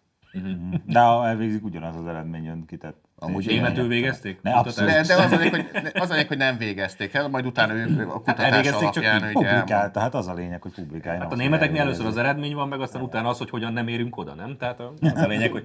S3: De ha elvégzik, ugyanaz az eredmény jön ki, tehát...
S2: Amúgy
S1: Németül végezték?
S3: Ne,
S1: Kutatást?
S2: De,
S3: abszolút.
S2: de az, a lényeg, hogy, az a lényeg, hogy nem végezték el, majd utána ő a kutatás
S1: elvégezték, csak
S2: alapján
S1: így
S2: ugye elmondta.
S3: Publikálta, hát az a lényeg, hogy publikálja.
S1: Hát a németeknél először az eredmény van, meg aztán utána az, hogy hogyan nem érünk oda, nem? Tehát a- az a lényeg, hogy...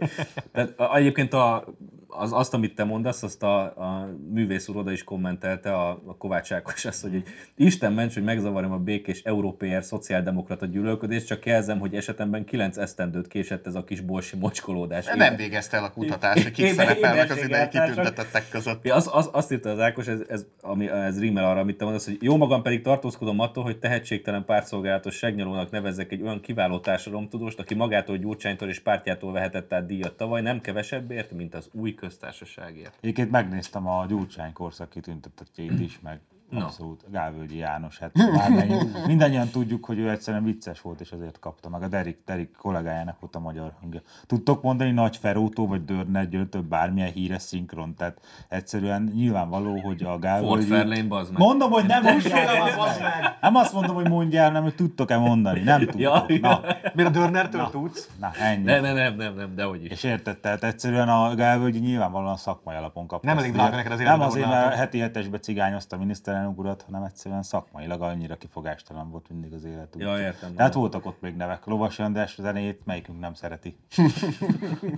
S1: Tehát a- egyébként a, az, azt, amit te mondasz, azt a, a művész úr oda is kommentelte, a, a Kovács Ákos azt, hogy így, Isten ments, hogy megzavarjam a békés európér szociáldemokrata gyűlölködést, csak jelzem, hogy esetemben kilenc esztendőt késett ez a kis bolsi mocskolódás.
S2: Nem végezte el a kutatást, hogy kik
S1: Éber-
S2: szerepelnek az idei
S1: éberségeltársak.
S2: kitüntetettek között.
S1: Ja, az, az, azt írta az Ákos, ez, ez, ami, ez rímel arra, amit te mondasz, hogy jó magam pedig tartózkodom attól, hogy tehetségtelen pártszolgálatos segnyalónak nevezzek egy olyan kiváló társadalomtudóst, aki magától Gyurcsánytól és pártjától vehetett át díjat tavaly, nem kevesebbért, mint az új köztársaságért.
S3: Egyébként megnéztem a Gyurcsány korszak kitüntetettjét is, meg abszolút Gálvölgyi János. Hát bármennyi- mindannyian tudjuk, hogy ő egyszerűen vicces volt, és azért kapta meg. A Derik, Derik kollégájának volt a magyar hangja. Tudtok mondani Nagy Ferótó vagy Dörner Györgytől bármilyen híres szinkron? Tehát egyszerűen nyilvánvaló, hogy a
S1: Ford
S3: Gálvölgyi...
S1: Fairlane, bazd meg.
S3: Mondom, hogy nem mondjál, bazd meg. Nem azt mondom, hogy mondjál, nem, hogy tudtok-e mondani. Nem
S1: Ja,
S3: tudtok. Na,
S4: Miért a Dörnertől tudsz?
S3: na ennyi.
S1: Nem, nem, nem, nem, nem, dehogy is.
S3: És érted, tehát egyszerűen a Gálvölgyi nyilvánvalóan szakmai alapon kapta.
S4: Nem
S3: ezt,
S4: elég
S3: ugye.
S4: drága neked az
S3: Nem
S4: életed,
S3: azért,
S4: Ornától.
S3: mert heti hetesbe cigányozta a miniszterelnök urat, hanem egyszerűen szakmailag annyira kifogástalan volt mindig az élet.
S1: Ja,
S3: úgyhogy.
S1: értem.
S3: Tehát voltak ott még nevek. Lovas András zenét melyikünk nem szereti.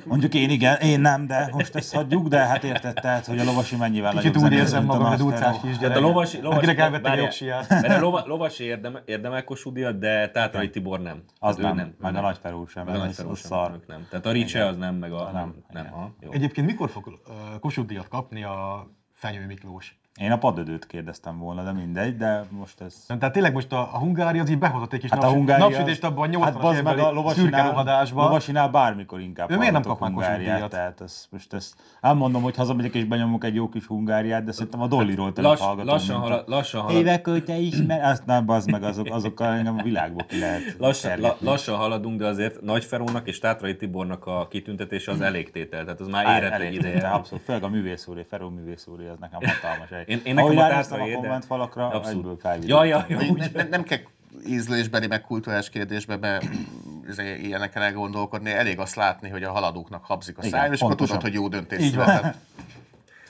S3: Mondjuk én igen, én nem, de most ezt hagyjuk, de hát érted, tehát, hogy a lovasi mennyivel
S4: Kicsit
S3: nagyobb
S4: úgy
S3: zenész,
S4: érzem
S3: mint a
S4: magam, hogy
S3: Nagy Feró.
S4: utcás kisgyerek.
S1: Hát a lovasi, lovasi,
S4: Akinek elvették a
S1: várjál,
S4: jogsiját.
S1: Mert a lova, lovasi érdemel, érdemel Kossuth díjat, de Tátrai Tibor nem.
S3: Az
S1: Tehát ő
S3: nem, meg
S1: ő
S3: a Nagy Feró sem,
S1: Meg a
S3: az-
S1: Nagy Feró
S3: az
S1: sem,
S3: szar.
S1: ők nem. Tehát a Ricse az nem, meg a...
S3: Nem,
S1: Nem, nem,
S3: igen.
S1: aha, jó.
S4: Egyébként mikor fog ö, Kossuth díjat kapni a Fenyő Miklós?
S3: Én a padödőt kérdeztem volna, de mindegy, de most ez...
S4: Nem, tehát tényleg most a, a Hungária az így behozott egy kis
S3: Hát a
S4: napsü-
S3: Hungária...
S4: napsütést abban a
S3: hát
S4: 80-as
S3: bazd meg a
S4: évekbeli szürke
S3: lovasinál,
S4: rohadásban.
S3: lovasinál bármikor inkább
S4: Ő miért nem
S3: hallgatok
S4: kap már Kossuth
S3: Hungáriát,
S4: díjat?
S3: Tehát ez, most ezt elmondom, hogy hazamegyek és benyomok egy jó kis hungáriát, de szerintem a
S4: Hát
S3: Dollyról több
S1: Lass,
S3: hallgatom.
S1: lassan,
S3: mint a-
S1: halad, lassan halad,
S3: Évek óta ismer, azt nem bazd meg, azok, azokkal engem a világba ki lehet
S1: lassan, la,
S3: kergetni.
S1: lassan haladunk, de azért Nagy Ferónak és Tátrai Tibornak a kitüntetése az elégtétel, tehát az már
S3: Mm. Á,
S1: érett egy
S3: elég,
S1: ideje.
S3: de Abszolút, főleg a művész úré, Feró művész úré, az nekem hatalmas. Egy.
S1: Én- én
S3: Ahogy
S1: nekem a
S3: ránéztem
S1: Tátrai,
S3: a
S1: de-
S3: komment falakra,
S1: Abszolút.
S3: egyből felvidítottam.
S1: Ja, ja, ja,
S2: Hogy
S1: úgy.
S2: ne, ne, nem kell ízlésbeli, meg kulturális kérdésbe be izé, ilyeneken elgondolkodni, elég azt látni, hogy a haladóknak habzik a
S3: Igen,
S2: száj, és akkor
S3: pontosan.
S2: tudod, hogy jó döntés
S4: Így van.
S2: született.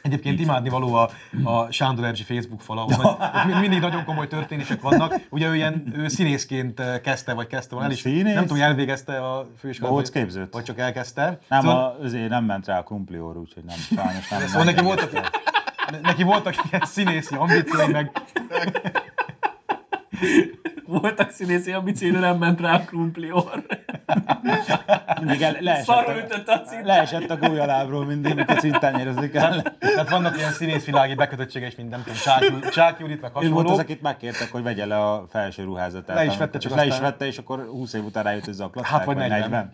S4: Egyébként imádni való a, a Sándor Erzsi Facebook fala, ahol nagy- ott mi- mindig nagyon komoly történések vannak. Ugye ő, ilyen, ő színészként eh, kezdte, vagy kezdte volna el is.
S3: Színész?
S4: Nem tudom, hogy elvégezte a főiskolát,
S3: Bohóc
S4: vagy-
S3: képzőt.
S4: vagy csak elkezdte.
S3: Nem,
S4: Szóval-
S3: a, azért nem ment rá a krumplióra, úgyhogy nem, sajnos nem.
S4: Szóval
S3: nem
S4: neki
S3: jegyezte.
S4: voltak, ne- neki voltak ilyen színészi ambíciói, meg
S1: Voltak színészi ambíciói, nem ment rá a krumplior.
S3: Mindig el, leesett,
S1: Szarul
S3: a,
S1: ütött a cint.
S3: leesett a gólyalábról mindig, mikor cintányérozni kell.
S4: tehát Hát vannak ilyen színészvilági bekötöttsége is, mint nem tudom, Csák- Csák Judit, meg
S3: Ő volt az,
S4: hasonlók.
S3: akit megkértek, hogy vegye le a felső ruházatát.
S4: Le is
S3: amikor-
S4: vette, csak
S3: és le is
S4: aztán-
S3: vette, és akkor 20 év után rájött, hogy zaklatták.
S4: Hát, vagy 40.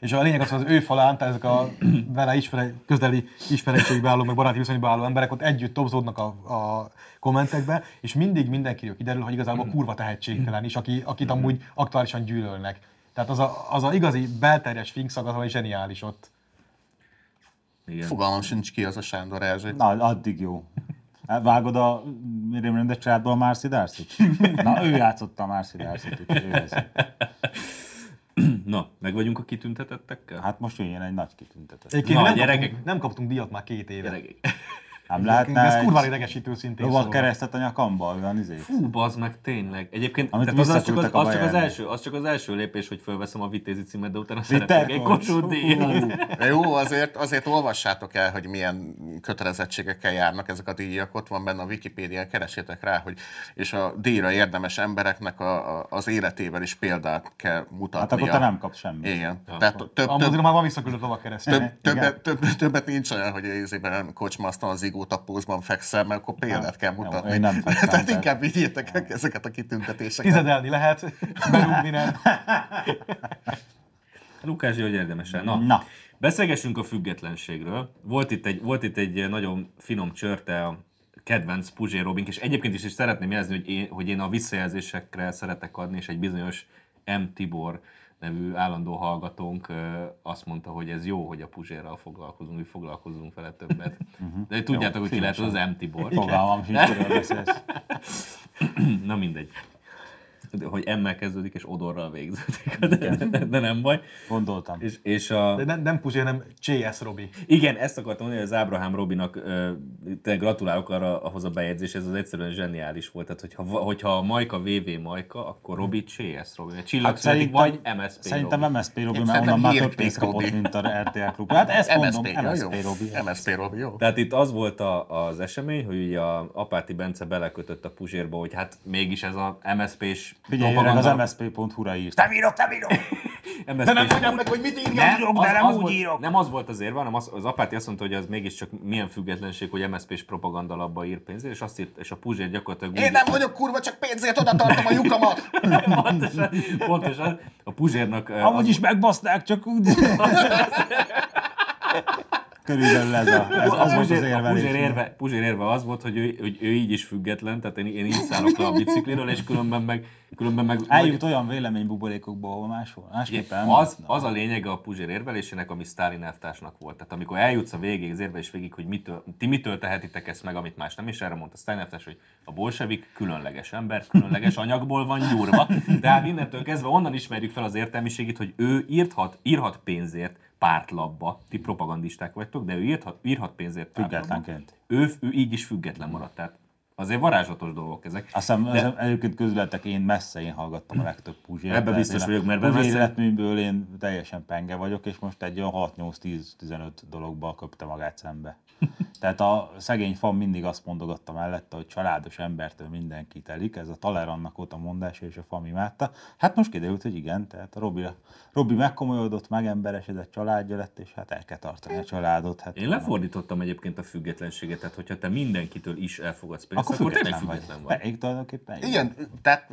S4: És a lényeg az, hogy az ő falán, tehát ezek a vele ismere, közeli ismerettségbe álló, meg baráti viszonyba álló emberek ott együtt topzódnak a, a kommentekbe, és mindig mindenkiről kiderül, hogy igazából kurva tehetségtelen is, aki, akit amúgy aktuálisan gyűlölnek. Tehát az a, az a igazi belterjes finkszak, az, ami zseniális ott.
S1: Igen.
S2: Fogalmam sincs ki az a Sándor Erzsé.
S3: Na, addig jó. Hát Vágod a Miriam rendes családból a Marcy Darcy? Na, ő játszotta a Marcy Darcy-t, úgyhogy ő ez.
S1: Na, meg vagyunk a kitüntetettekkel?
S3: Hát most jöjjön egy nagy kitüntetett.
S4: Egyébként
S1: Na,
S4: nem,
S1: gyerekek.
S4: kaptunk, nem kaptunk díjat már két éve.
S1: Gyerekek.
S3: Nem
S4: De ez kurva
S3: lehetne egy
S4: idegesítő szintén.
S3: lovat
S4: szóval.
S3: keresztet a nyakamba, olyan izé.
S1: Fú, bazd meg, tényleg. Egyébként
S3: Amit
S1: tehát az, az, csak az,
S3: visszaküldtek a
S1: az, csak az,
S3: Bayernnek.
S1: első, az csak az első lépés, hogy fölveszem a vitézi címet, de utána
S3: Ritter
S1: szeretnék egy Kossuth díjat.
S2: De Jó, azért, azért olvassátok el, hogy milyen kötelezettségekkel járnak ezek a díjak. Ott van benne a Wikipédián, keresétek rá, hogy és a díjra érdemes embereknek a, a, az életével is példát kell mutatnia.
S3: Hát akkor te nem kapsz semmit.
S2: Igen. Tehát több,
S4: Amúgy
S2: több,
S4: azért már van visszaküldött lovat kereszt.
S2: Több, többet, több, többet nincs olyan, hogy ézében kocsmasztan az igóta pózban fekszel, mert akkor példát kell mutatni.
S3: én nem fekszem,
S2: Tehát
S3: tehát-
S2: inkább így írtak ezeket a kitüntetéseket.
S4: Tizedelni lehet, berúgni nem.
S1: Lukás György érdemese. Na,
S3: Na.
S1: beszélgessünk a függetlenségről. Volt itt egy, volt itt egy nagyon finom csörte a kedvenc Puzsé Robink, és egyébként is, is szeretném jelezni, hogy én, hogy én a visszajelzésekre szeretek adni, és egy bizonyos M. Tibor nevű állandó hallgatónk ö, azt mondta, hogy ez jó, hogy a Puzsérral foglalkozunk, hogy foglalkozunk vele többet. De tudjátok, hogy ki lehet az M. Tibor.
S3: Fogalmam sincs, miről beszélsz.
S1: Na mindegy. De, Hogy M-mel kezdődik és odorral végződik, de, de, de nem baj.
S3: Gondoltam.
S1: És, és a...
S4: De nem, nem Puzsé, nem JS Robi.
S1: Igen, ezt akartam mondani, hogy az Ábrahám Robinak ö, te gratulálok arra, ahhoz a bejegyzés, ez az egyszerűen zseniális volt. Tehát, hogyha, va- hogyha a Majka VV Majka, akkor Robi CS Robi. Vagy Csillag születik, vagy MSP
S3: Hát Szerintem
S1: Robi.
S3: MSP Robi, mert
S2: szerintem
S3: onnan már
S2: hírkép
S3: több pénzt
S2: Robi.
S3: kapott, mint a RTL klub. Hát ezt mondom,
S2: MSP, ja, jó.
S3: MSP Robi.
S2: MSP Robi, jó.
S1: Tehát itt az volt a, az esemény, hogy ugye a Apáti Bence belekötött a Puzsérba, hogy hát mégis ez a MSP-s
S3: Figyelj, öreg, az MSP.hu-ra írt. Nem írok, nem írok!
S1: MSP-s
S3: meg, hogy mit
S1: Nem, az- az volt- Nem az volt az érve, hanem az, az apáti azt mondta, hogy az mégiscsak milyen függetlenség, hogy MSZP-s propaganda labba ír pénzért, és azt írt, és a Puzsér gyakorlatilag
S2: Én nem vagyok kurva, csak pénzért oda tartom a lyukamat.
S1: pontosan, pontosan, a Puzsérnak eh,
S3: Amúgy
S1: az-
S3: is megbasznák, csak úgy. Körülbelül ez a, ez,
S1: a
S3: az volt az
S1: Puzsér- a
S3: érvelés.
S1: Puzsér érve, Puzsér érve az volt, hogy ő, hogy ő így is független, tehát én, én így szállok le a bicikliről, és különben meg... Különben meg
S3: Eljut olyan véleménybuborékokba, ahol máshol. Másképpen nem
S1: az,
S3: jutna.
S1: az a lényege a Puzsér érvelésének, ami Stalin elvtársnak volt. Tehát amikor eljutsz a végéig, az érvelés végig, hogy mitől, ti mitől tehetitek ezt meg, amit más nem, és erre mondta Stalin elvtárs, hogy a bolsevik különleges ember, különleges anyagból van gyúrva. Tehát innentől kezdve onnan ismerjük fel az értelmiségét, hogy ő írhat, írhat pénzért pártlapba, ti propagandisták vagytok, de ő írhat, írhat pénzért pártlapba.
S3: Függetlenként.
S1: Ő, ő így is független maradt. Tehát azért varázslatos dolgok ezek.
S3: Azt hiszem, de... egyébként közületek én messze én hallgattam a legtöbb Puzsi.
S1: Ebben biztos vagyok, mert
S3: Puzsi
S1: messze-
S3: életműből én teljesen penge vagyok, és most egy olyan 6-8-10-15 dologba köpte magát szembe. Tehát a szegény fan mindig azt mondogatta mellette, hogy családos embertől mindenki telik, ez a Talerannak volt a mondása, és a fam imádta. Hát most kiderült, hogy igen, tehát a Robi, Robi megkomolyodott, megemberesedett családja lett, és hát el kell tartani a családot. Hát
S1: Én lefordítottam egyébként a függetlenséget, tehát hogyha te mindenkitől is elfogadsz pénzt,
S3: akkor
S1: akkor,
S3: független,
S1: tényleg független vagy.
S3: vagy. Pedig tulajdonképpen
S2: Igen, tehát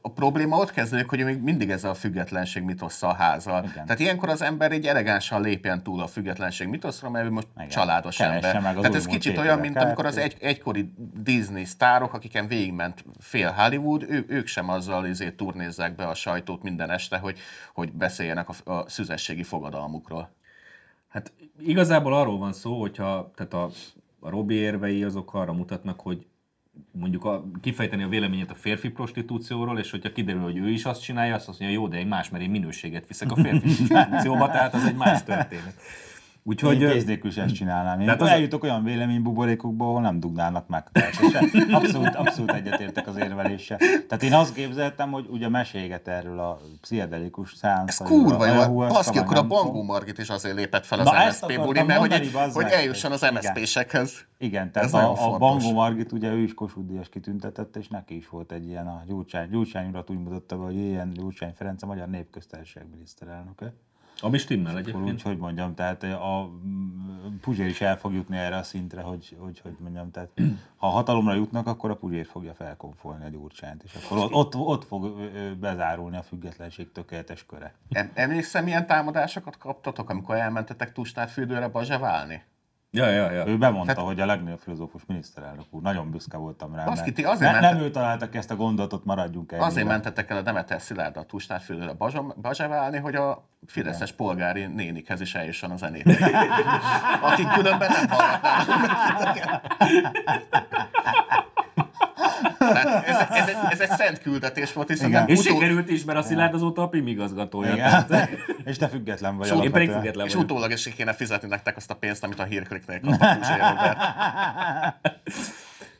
S2: a probléma ott kezdődik, hogy még mindig ez a függetlenség mitossza a házal. Igen. Tehát ilyenkor az ember egy elegánsan lépjen túl a függetlenség mitoszra, mert ő most
S3: Igen.
S2: Igen. családos
S3: Keresse
S2: ember.
S3: meg az
S2: Tehát ez
S3: újmúlt
S2: kicsit
S3: Péter
S2: olyan, mint
S3: Kft.
S2: amikor az egy, egykori Disney sztárok, akiken végigment fél Hollywood, ő, ők sem azzal izé turnézzák be a sajtót minden este, hogy, hogy beszéljenek a, a szüzességi fogadalmukról.
S1: Hát igazából arról van szó, hogyha tehát a, a Robi érvei azok arra mutatnak, hogy mondjuk a, kifejteni a véleményét a férfi prostitúcióról, és hogyha kiderül, hogy ő is azt csinálja, azt mondja, jó, de én más, mert én minőséget viszek a férfi prostitúcióba, tehát az egy más történet.
S3: Hogy
S1: Úgyhogy
S3: én
S1: ö,
S3: pénz nélkül is ezt csinálnám. Én
S1: Tehát
S3: az...
S1: az-
S3: eljutok olyan véleménybuborékokba, ahol nem dugnálnak meg. teljesen. Abszolút, abszolút egyetértek az érveléssel. Tehát én azt képzeltem, hogy ugye mesélget erről a pszichedelikus
S2: Ez
S3: szánszal.
S2: kurva jó, baszki, akkor a Bangó Margit is azért lépett fel az
S3: Na, ezt
S2: MSZP
S3: akartam
S2: buli, mert hogy,
S3: mondani,
S2: egy-
S3: bazd
S2: hogy
S3: meg.
S2: eljusson az
S3: Igen.
S2: MSZP-sekhez.
S3: Igen, tehát
S2: Ez nagyon
S3: a, a
S2: fontos.
S3: Bangó Margit ugye ő is Kossuth Díjas kitüntetett, és neki is volt egy ilyen a Gyurcsány. Gyurcsány urat úgy mutatta be, hogy ilyen Gyurcsány Ferenc a Magyar Népköztársaság miniszterelnöke.
S1: ami stimmel
S3: Akkor
S1: egyébként.
S3: úgy, hogy mondjam, tehát eh, a mm, Puzsér is el fog jutni erre a szintre, hogy, hogy, hogy mondjam, tehát ha hatalomra jutnak, akkor a Puzsér fogja felkonfolni a gyurcsányt, és akkor ott, ott, ott fog ö, ö, bezárulni a függetlenség tökéletes köre.
S2: Em- Emlékszem, milyen támadásokat kaptatok, amikor elmentetek Tusnád fürdőre bazseválni?
S1: Ja, ja, ja.
S3: Ő bemondta,
S2: Tehát-
S3: hogy a legnagyobb filozófus miniszterelnök úr, nagyon büszke voltam rá,
S2: Hát- Baszki,
S3: mert
S2: ti azért
S3: ne,
S2: mentek-
S3: nem ő találta ki ezt a gondolatot, maradjunk el.
S2: Azért mentetek el a Demeter Szilárd a Tusnád fürdőre bazsa- bazseválni, hogy a fideszes polgári nénikhez is eljusson a zenét. Akik különben nem hallgatnának. Tehát ez, ez, egy, ez egy szent küldetés volt, hiszen
S3: Igen.
S2: nem
S1: És
S2: utó-
S1: sikerült is, mert a Szilárd azóta a PIM igazgatója.
S3: Igen.
S1: Tehát,
S3: És te független vagy.
S2: Én pedig
S1: én pedig
S3: alapvetően.
S1: független
S2: És
S1: vagyok.
S2: utólag is ki kéne fizetni nektek azt a pénzt, amit a hírkliknél kaptak Puzsér Robert.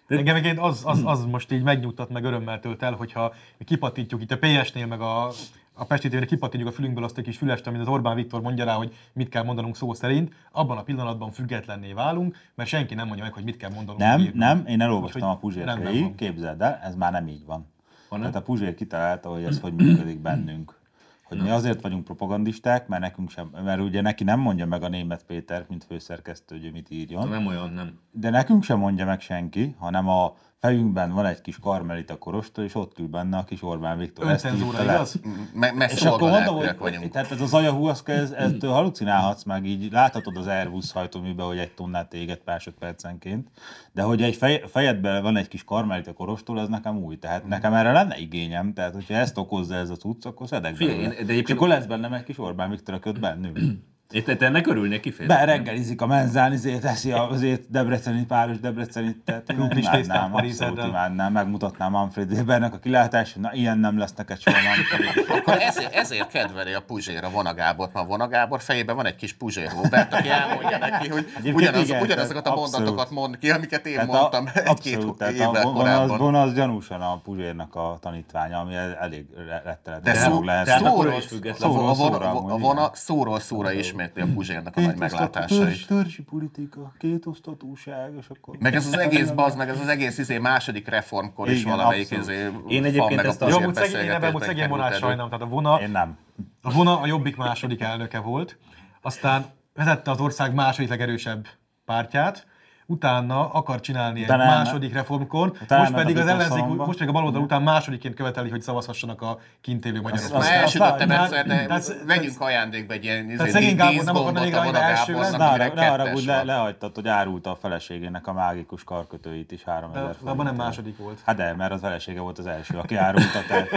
S4: Engem egyébként az, az, az most így megnyugtat, meg örömmel tölt el, hogyha mi kipatítjuk itt a PS-nél, meg a, a Pesti tv kipatítjuk a fülünkből azt a kis fülest, amit az Orbán Viktor mondja rá, hogy mit kell mondanunk szó szerint, abban a pillanatban függetlenné válunk, mert senki nem mondja meg, hogy mit kell mondanunk.
S3: Nem,
S4: írnunk.
S3: nem, én elolvastam
S4: Úgyhogy
S3: a Puzsér
S4: rendben
S3: könyvét,
S4: van.
S3: képzeld el, ez már nem így van.
S1: Hanem?
S3: Tehát a Puzsér kitalálta, hogy ez hogy működik bennünk. Hogy mi azért vagyunk propagandisták, mert nekünk sem, mert ugye neki nem mondja meg a német Péter, mint főszerkesztő, hogy ő mit írjon,
S1: Nem olyan, nem.
S3: de nekünk sem mondja meg senki, hanem a fejünkben van egy kis karmelita korostor, és ott ül benne a kis Orbán Viktor. Ezt
S4: Öncenzúra,
S3: írta le.
S4: igaz?
S2: Meg, meg
S3: És akkor mondom,
S2: szolganélkülök
S3: hogy
S2: vagyunk.
S3: tehát ez az ajahu, az ez, ettől halucinálhatsz meg, így láthatod az Airbus hajtóműbe, hogy egy tonnát éget másodpercenként, de hogy egy fej, fejedben van egy kis karmelita korostól, az nekem új, tehát nekem erre lenne igényem, tehát hogyha ezt okozza ez a cucc, akkor szedek
S1: Figyelj,
S3: belőle.
S1: én- de
S3: De
S1: egyébként-
S3: És akkor lesz bennem egy kis Orbán Viktor a ködben nő.
S1: Én te, te ennek örülnék kifejezetten.
S3: Be reggelizik a menzán, izé, teszi a- azért debreceni, páros debreceni, tehát én
S4: Krumplis tésztát
S3: imádnám, abszolút
S4: Pariserrel.
S3: imádnám, megmutatnám Manfred Webernek a kilátás, na ilyen nem lesz neked soha Manfred.
S2: Akkor ezért, ezért kedveli a Puzsér a vonagábort, mert a vonagábor fejében van egy kis Puzsér Robert, aki elmondja neki, hogy
S3: Egyébként
S2: ugyanaz,
S3: igen,
S2: ugyanazokat a
S3: tehát abszolút.
S2: mondatokat mond ki, amiket én
S3: Tehát
S2: mondtam
S3: a-
S2: egy-két
S3: tehát
S2: évvel
S3: a von, az,
S2: korábban.
S3: von az gyanúsan a Puzsérnak a tanítványa, ami el- elég re- rettenetes
S2: De szó,
S3: dolog
S2: lehet,
S3: lehet.
S1: tehát
S2: szóról,
S1: akkor ő is független.
S2: szóról, szóval a
S3: Szóról
S2: vona,
S3: szóra
S2: a
S3: amúgy,
S2: vona
S3: igen.
S2: szóról szóra ismétli a Puzsérnak a nagy
S3: Két osztatú-
S2: meglátásait.
S3: törzs- Törzsi politika, kétosztatúság, és akkor...
S2: Meg ez az egész baz, meg ez az egész izé második reformkor is
S3: Igen,
S2: valamelyik
S3: abszolút.
S2: izé,
S1: Én egyébként ezt a-
S4: Jó,
S1: Azért
S4: amúgy szegény, én ebben amúgy szegény vonás sajnálom, tehát a vona,
S3: Én nem.
S4: a vona a Jobbik második elnöke volt, aztán vezette az ország második legerősebb pártját, utána akar csinálni egy
S3: Utána elme-
S4: második reformkor,
S3: utána elment
S4: most pedig
S3: a
S4: az ellenzék,
S3: Bitoszalomba.
S4: most pedig a baloldal után másodiként követeli, hogy szavazhassanak a kint élő magyarok.
S2: Már
S3: Azt-
S2: elsütöttem
S4: azt-
S2: egyszer, de
S4: tehát-
S2: vegyünk ajándékba egy ilyen izé,
S4: tehát szegény Gábor nem akarna
S2: díszgombot
S4: még
S2: a
S4: rajta első
S2: vonagábornak, amire
S3: Ne,
S4: lenni?
S3: arra, ne
S2: kettes
S3: haragudj, le,
S2: van.
S3: lehagytad, hogy árulta a feleségének a mágikus karkötőit is 3000
S4: De
S3: forintért.
S4: abban nem második volt.
S3: Hát de, mert az felesége volt az első, aki árulta, tehát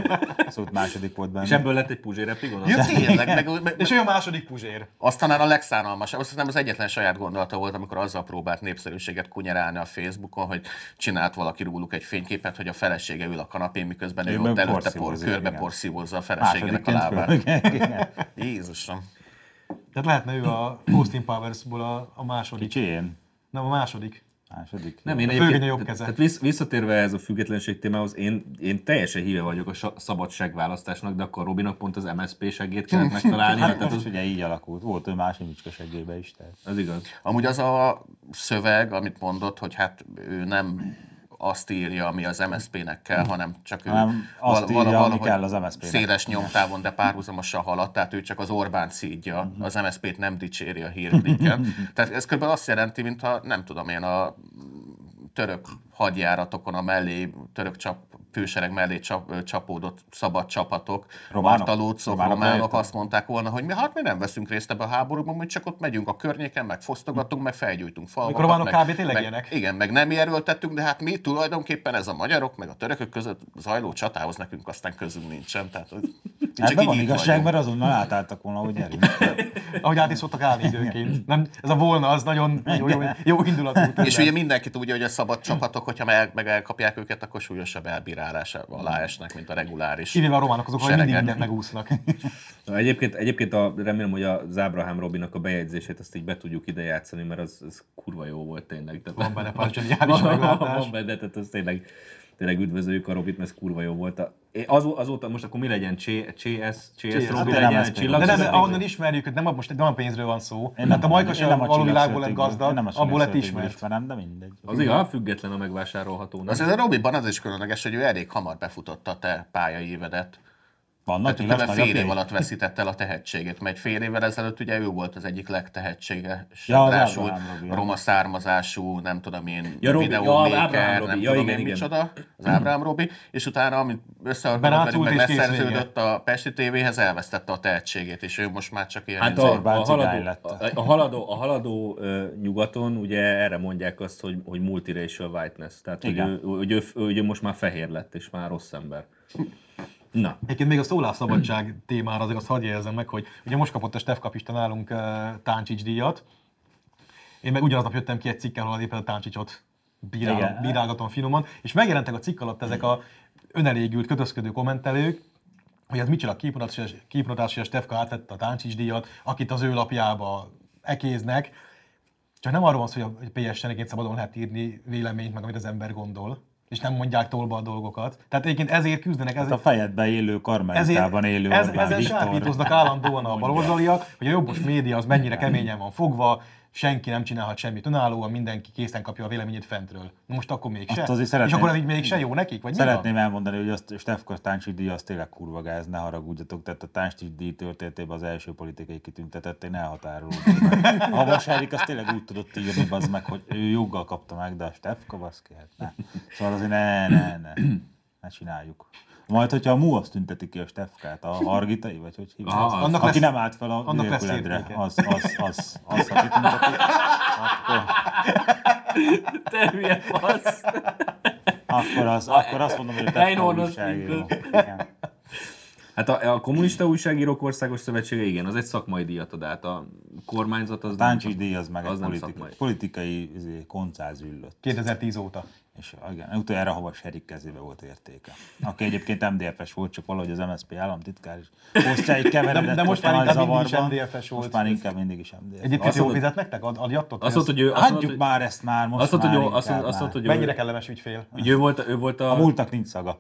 S3: szóval második volt benne.
S1: És ebből lett egy Puzsér epigon?
S2: Ja, tényleg, meg, meg,
S4: És ő a második puzsér.
S2: Azt talán a legszánalmasabb, azt hiszem az egyetlen saját gondolata volt, amikor azzal próbált népszerűséget kunyerálni a Facebookon, hogy csinált valaki róluk egy fényképet, hogy a felesége ül a kanapén, miközben ő,
S3: Ő
S2: ott
S3: meg
S2: előtte por,
S3: porszívózik,
S2: körbe
S3: igen.
S2: porszívózza a feleségének a
S3: Másodikként
S2: lábát.
S3: föl- igen.
S2: Jézusom.
S4: Tehát lehetne ő a Austin Powersból a, a második.
S3: Kicsi én?
S4: Nem, a második.
S3: Második.
S1: Nem, én
S4: A
S1: egyébként,
S4: fővédő jobb keze.
S1: tehát vissz- visszatérve ez a függetlenség témához, én, én teljesen híve vagyok a sa- szabadságválasztásnak, de akkor Robinak pont az MSP segéd kellett megtalálni.
S3: Hát
S1: tehát az,
S3: most ugye így alakult. Volt ő más Imicska seggébe is, tehát.
S1: az igaz.
S2: Amúgy az a szöveg, amit mondott, hogy hát ő nem azt írja, ami az MSZP-nek kell, hanem csak ő
S3: Hanem azt írja, ami kell az MSZP -nek.
S2: széles nyomtávon, de párhuzamosan halad, tehát ő csak az Orbán szídja, az MSZP-t nem dicséri a hírklikken. tehát ez kb. azt jelenti, mintha nem tudom én a török hadjáratokon a mellé, török csap, fősereg mellé csap, ö, csapódott szabad csapatok,
S3: Románok?
S2: Martalócok,
S3: Románok
S2: románok
S3: lejöttek?
S2: azt mondták volna, hogy mi hát mi nem veszünk részt ebbe a háborúban, mi csak ott megyünk a környéken, meg fosztogatunk, meg felgyújtunk fal
S4: Mikor a románok
S2: meg-
S4: kb. tényleg
S2: meg,
S4: ilyenek?
S2: Igen, meg nem erőltettünk, de hát mi tulajdonképpen ez a magyarok, meg a törökök között zajló csatához nekünk aztán közünk nincsen. Tehát, hogy
S3: Hát
S2: csak
S3: nem
S2: így
S3: van
S2: így
S3: igazság,
S2: vagyunk.
S3: mert azonnal átálltak volna, hogy nyerünk.
S4: Ahogy át is szoktak állni időként. Nem, ez a volna, az nagyon jó, jó, jó indulatú. tényleg.
S2: És ugye mindenki tudja, hogy a szabad csapatok, hogyha meg, meg elkapják őket, akkor súlyosabb elbírálás alá esnek, mint a reguláris.
S4: Kivéve a románok azok, hogy mindig
S2: Sereget.
S4: mindent megúsznak.
S1: Na, Egyébként, egyébként a, remélem, hogy az Ábrahám Robinak a bejegyzését azt így be tudjuk ide játszani, mert az, az kurva jó volt tényleg. Tehát,
S4: Van benne pár zseniális meglátás.
S1: Van benne, tehát az tényleg, tényleg üdvözöljük a Robit, mert ez kurva jó volt. A- Én azó- azóta most akkor mi legyen? Cs- CS, CS Robi
S3: hát nem
S1: legyen?
S3: ez
S1: Csillag
S4: De nem,
S1: születik?
S4: ahonnan ismerjük, hogy nem, a- most nem a pénzről van szó.
S3: Én
S4: hát a Majka
S3: én
S4: sem való világból lett
S3: csillagszötékből- én
S4: gazdag,
S3: nem a
S4: abból lett
S3: csillagszötékből
S4: ismert.
S3: ismerem, de mindegy.
S1: Az igaz, független a megvásárolható. nem?
S2: Azért a Robiban az is különleges, hogy ő elég hamar befutotta a te pályaévedet.
S3: Vannak
S2: Tehát
S3: nyilas
S2: kb. fél év
S3: nagyapjai?
S2: alatt veszített el a tehetségét, mert egy fél évvel ezelőtt ugye ő volt az egyik legtehetséges,
S3: Ja, az
S2: ráadásul
S3: Ábrahám Robi, ja.
S2: roma származású, nem tudom én,
S1: Ja, Robi, ja,
S2: videómaker,
S1: Ábrahám
S2: nem
S1: Robi,
S2: tudom
S1: ja, igen,
S2: én
S1: igen.
S2: micsoda, az Ábrám Robi, és utána, amint összeharmadott
S4: Berácult
S2: velünk, meg
S4: és kész
S2: leszerződött a Pesti tévéhez, elvesztette a tehetségét, és ő most már csak ilyen...
S1: Hát
S2: izé-
S1: a, a,
S3: Orbán cigány
S1: haladó,
S3: lett.
S1: a, a haladó, a haladó ö, nyugaton ugye erre mondják azt, hogy, hogy multiracial whiteness, tehát hogy
S3: Igen.
S1: ő, hogy, ő, hogy ő most már fehér lett, és már rossz ember. Na,
S4: Egyébként még a szólásszabadság témára azért azt hadd jelezzem meg, hogy ugye most kapott a Stef Kapista nálunk uh, Táncsics díjat. Én meg ugyanaznap jöttem ki egy cikkel, ahol éppen a Táncsicsot bírálom,
S3: Igen.
S4: bírálgatom finoman, és megjelentek a cikk alatt ezek a önelégült, kötözködő kommentelők, hogy ez micsoda képmutatás, képmutatás, hogy a Stefka átvette a Táncsics díjat, akit az ő lapjába ekéznek. Csak nem arról van szó, hogy a- hogy PSN-ként szabadon lehet írni véleményt, meg amit az ember gondol és nem mondják tolba a dolgokat. Tehát egyébként ezért küzdenek,
S3: Hát a
S4: ezért,
S3: fejedben élő karmelitában élő
S4: ez,
S3: Orbán
S4: ezen
S3: Viktor.
S4: sápítoznak állandóan a baloldaliak, hogy a jobbos média az mennyire keményen van fogva, senki nem csinálhat semmit önállóan, mindenki készen kapja a véleményét fentről. Na most akkor mégse?
S3: Azt azért
S4: És
S3: szeretném-
S4: akkor ez így mégse jó nekik? Vagy mi van?
S3: Szeretném elmondani, hogy azt Stefkos Táncsik díj az tényleg kurva gáz, ne haragudjatok, tehát a Táncsik díj történetében az első politikai kitüntetett, én elhatárolódom. A Vasárik azt tényleg úgy tudott írni, az meg, hogy ő joggal kapta meg, de a Stefka baszki, hát ne. Szóval azért ne, ne, ne, ne csináljuk. Majd, hogyha a MU azt tünteti ki a Stefkát, a Hargitai, vagy hogy hívják,
S1: Aha,
S3: az,
S1: az.
S4: Annak
S3: annak aki
S4: lesz-
S3: nem állt fel a
S4: annak lesz
S3: nélküledre,
S4: értéke.
S3: az, az, az, az, az, aki tünteti, Hát, akkor,
S1: Te hülye fasz.
S3: akkor, az, akkor azt mondom, hogy a Stefka
S1: Einhorn az
S3: újságíró.
S1: finkó.
S3: Igen.
S1: Hát a, a Kommunista Újságírók Országos Szövetsége, igen, az egy szakmai díjat ad át. A kormányzat az... nem
S3: Táncsi
S1: csak-
S3: díj az meg
S1: az
S3: egy
S1: nem
S3: politika,
S1: szakmai.
S3: politikai izé, koncáz üllött.
S4: 2010 óta.
S3: És igen, utoljára hova Serik kezébe volt értéke. Aki egyébként MDF-es volt, csak valahogy az MSZP államtitkár is osztály keveredett.
S4: De- de most már
S3: osztály
S4: inkább mindig is
S3: zavarban.
S4: MDF-es volt.
S3: Most már inkább mindig is MDF.
S4: Egyébként
S1: Azt
S4: jól
S1: mondod-
S4: fizet nektek? Ad, adjatok?
S1: Azt mondta, hogy ő... azt
S3: Hagyjuk
S1: mondta, hogy-
S3: már ezt már, most
S1: Azt mondta,
S3: már
S1: hogy, ő- azt
S3: inkább
S1: mondta, azt
S3: már.
S1: mondta, hogy,
S4: Mennyire
S1: ő-
S4: kellemes ügyfél?
S1: hogy ő volt, ő volt a...
S3: A múltnak nincs szaga.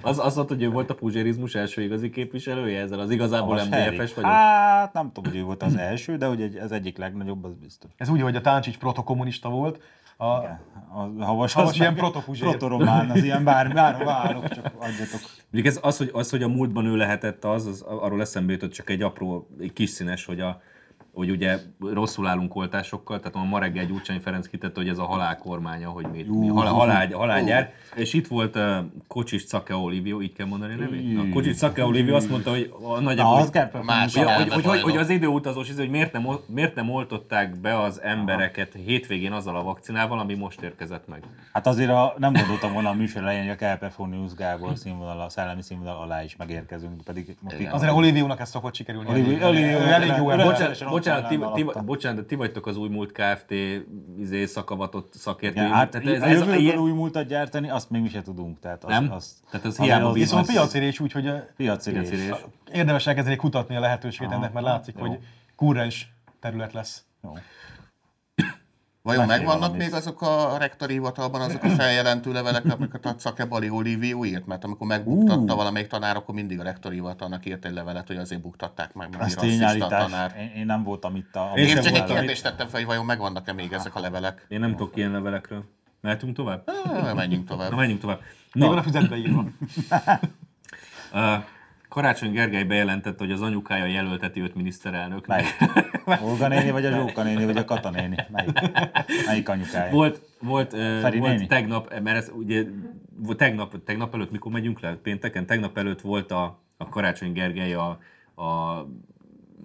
S1: Az, az volt, hogy ő volt a puzsérizmus első igazi képviselője, ezzel az igazából
S3: Havas
S1: MDF-es
S3: Henrik.
S1: vagyok.
S3: Hát nem tudom, hogy ő volt az első, de hogy egy, az egyik legnagyobb, az biztos.
S4: Ez úgy, hogy a Táncsics protokommunista volt, a,
S3: A havas,
S4: Havas
S3: az
S4: ilyen
S3: meg
S4: protopuzsér.
S3: Protoromán, az ilyen bár, bárhova állok, csak adjatok.
S1: Mondjuk ez az, hogy, az, hogy a múltban ő lehetett az, az arról eszembe jutott csak egy apró, egy kis színes, hogy, a, hogy ugye rosszul állunk oltásokkal, tehát ma reggel Gyurcsány Ferenc kitette, hogy ez a halál kormánya, hogy mit, mi, hal, halál, halálgyár, és itt volt uh, Kocsis Cake Olivio, így kell mondani a nevét? Na, Kocsis Cake Olivio azt mondta, hogy a
S3: Na,
S1: nagyjából,
S3: az
S1: hogy,
S3: kell
S2: Más
S1: hogy, hogy,
S2: elve
S1: hogy, hogy,
S2: hajlok.
S1: hogy az időutazós, izé, hogy miért nem, ol- miért nem oltották be az embereket hétvégén azzal a vakcinával, ami most érkezett meg.
S3: Hát azért a, nem gondoltam volna a műsor elején, hogy a Kelpefonius Gábor színvonal, a szellemi színvonal alá is megérkezünk, pedig most itt
S4: azért Oliviónak ez szokott sikerülni.
S3: Olivió-
S4: Elég-
S3: Olivió-
S4: ő elég jó ember.
S3: Bocsánat,
S1: Bocsánat, bocsánat, ti,
S3: Rotterdam
S1: ti,
S3: alatta.
S1: bocsánat, de ti vagytok az új múlt Kft. izé szakavatott szakértői.
S3: igen, hát
S1: Tehát
S3: ez, a jövőből új múltat gyártani, azt még mi se tudunk. Tehát az,
S1: Nem?
S3: Az,
S1: Tehát az
S3: azért
S1: hiába
S3: az-
S1: bizony.
S4: Viszont
S1: az-
S4: piacérés úgy, hogy ö,
S3: Piacirés.
S1: piacirés.
S4: érdemes elkezdeni kutatni a lehetőséget ennek, mert látszik, hogy kurrens terület lesz.
S3: Jó.
S2: Vajon
S3: Mesélj
S2: megvannak
S3: valamit.
S2: még azok a rektori hivatalban azok a feljelentő levelek, amiket a Cakebali Olivió írt? Mert amikor megbuktatta valamelyik tanár, akkor mindig a rektori hivatalnak írt egy levelet, hogy azért buktatták meg, mert mi
S3: Ez
S2: rasszista
S3: tényállítás.
S2: tanár.
S3: Én, én, nem voltam itt a...
S1: Én
S2: Én
S1: sem
S2: csak egy
S1: voltam
S2: kérdést tettem fel, hogy vajon megvannak-e még ezek a levelek.
S1: Én nem tudok ilyen levelekről. Mehetünk tovább?
S2: Ah, Menjünk
S1: Na,
S2: tovább.
S1: menjünk tovább.
S4: Mi van a
S1: Na,
S4: füzetbe írva?
S1: uh, Karácsony Gergely bejelentette, hogy az anyukája jelölteti őt miniszterelnök.
S3: Melyik? Olga néni, vagy a Zsóka néni, vagy a Kata néni? Melyik, melyik anyukája?
S1: Volt, volt, ö,
S3: Feri
S1: volt
S3: néni?
S1: tegnap, mert ez ugye volt tegnap, tegnap előtt, mikor megyünk le? Pénteken? Tegnap előtt volt a, a Karácsony Gergely a, a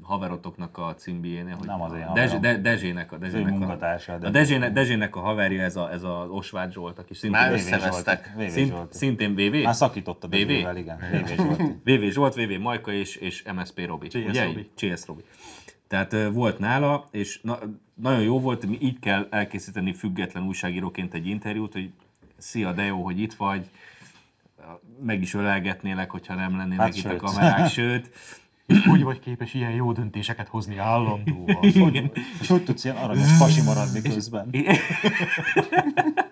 S1: haverotoknak a címbiénél. Hogy
S3: Nem az én
S1: a Dezs,
S3: haverom.
S1: de, Dezsének a Dezsének
S3: munkatársa,
S1: A,
S3: a
S1: a Dezsének, Dezsének a haverja, ez, a, ez az Osvágy Zsolt, aki
S2: Már
S1: szintén,
S3: VV Zsolti.
S2: összevesztek.
S3: VV
S1: szint,
S3: Zsolti.
S1: szintén VV.
S3: Már szakított a
S1: VV?
S3: Dezsővel, igen. VV Zsolti.
S1: VV Zsolt, VV Majka és, és MSP Robi.
S4: CS Robi.
S1: CS Robi. Tehát ö, volt nála, és na, nagyon jó volt, mi így kell elkészíteni független újságíróként egy interjút, hogy szia, de jó, hogy itt vagy, meg is ölelgetnélek, hogyha nem lennének
S3: Hát
S1: itt
S3: sőt.
S1: a kamerák, sőt.
S4: Úgy vagy képes ilyen jó döntéseket hozni állandóan.
S3: Hogy- És hogy tudsz ilyen aranyos pasi maradni közben?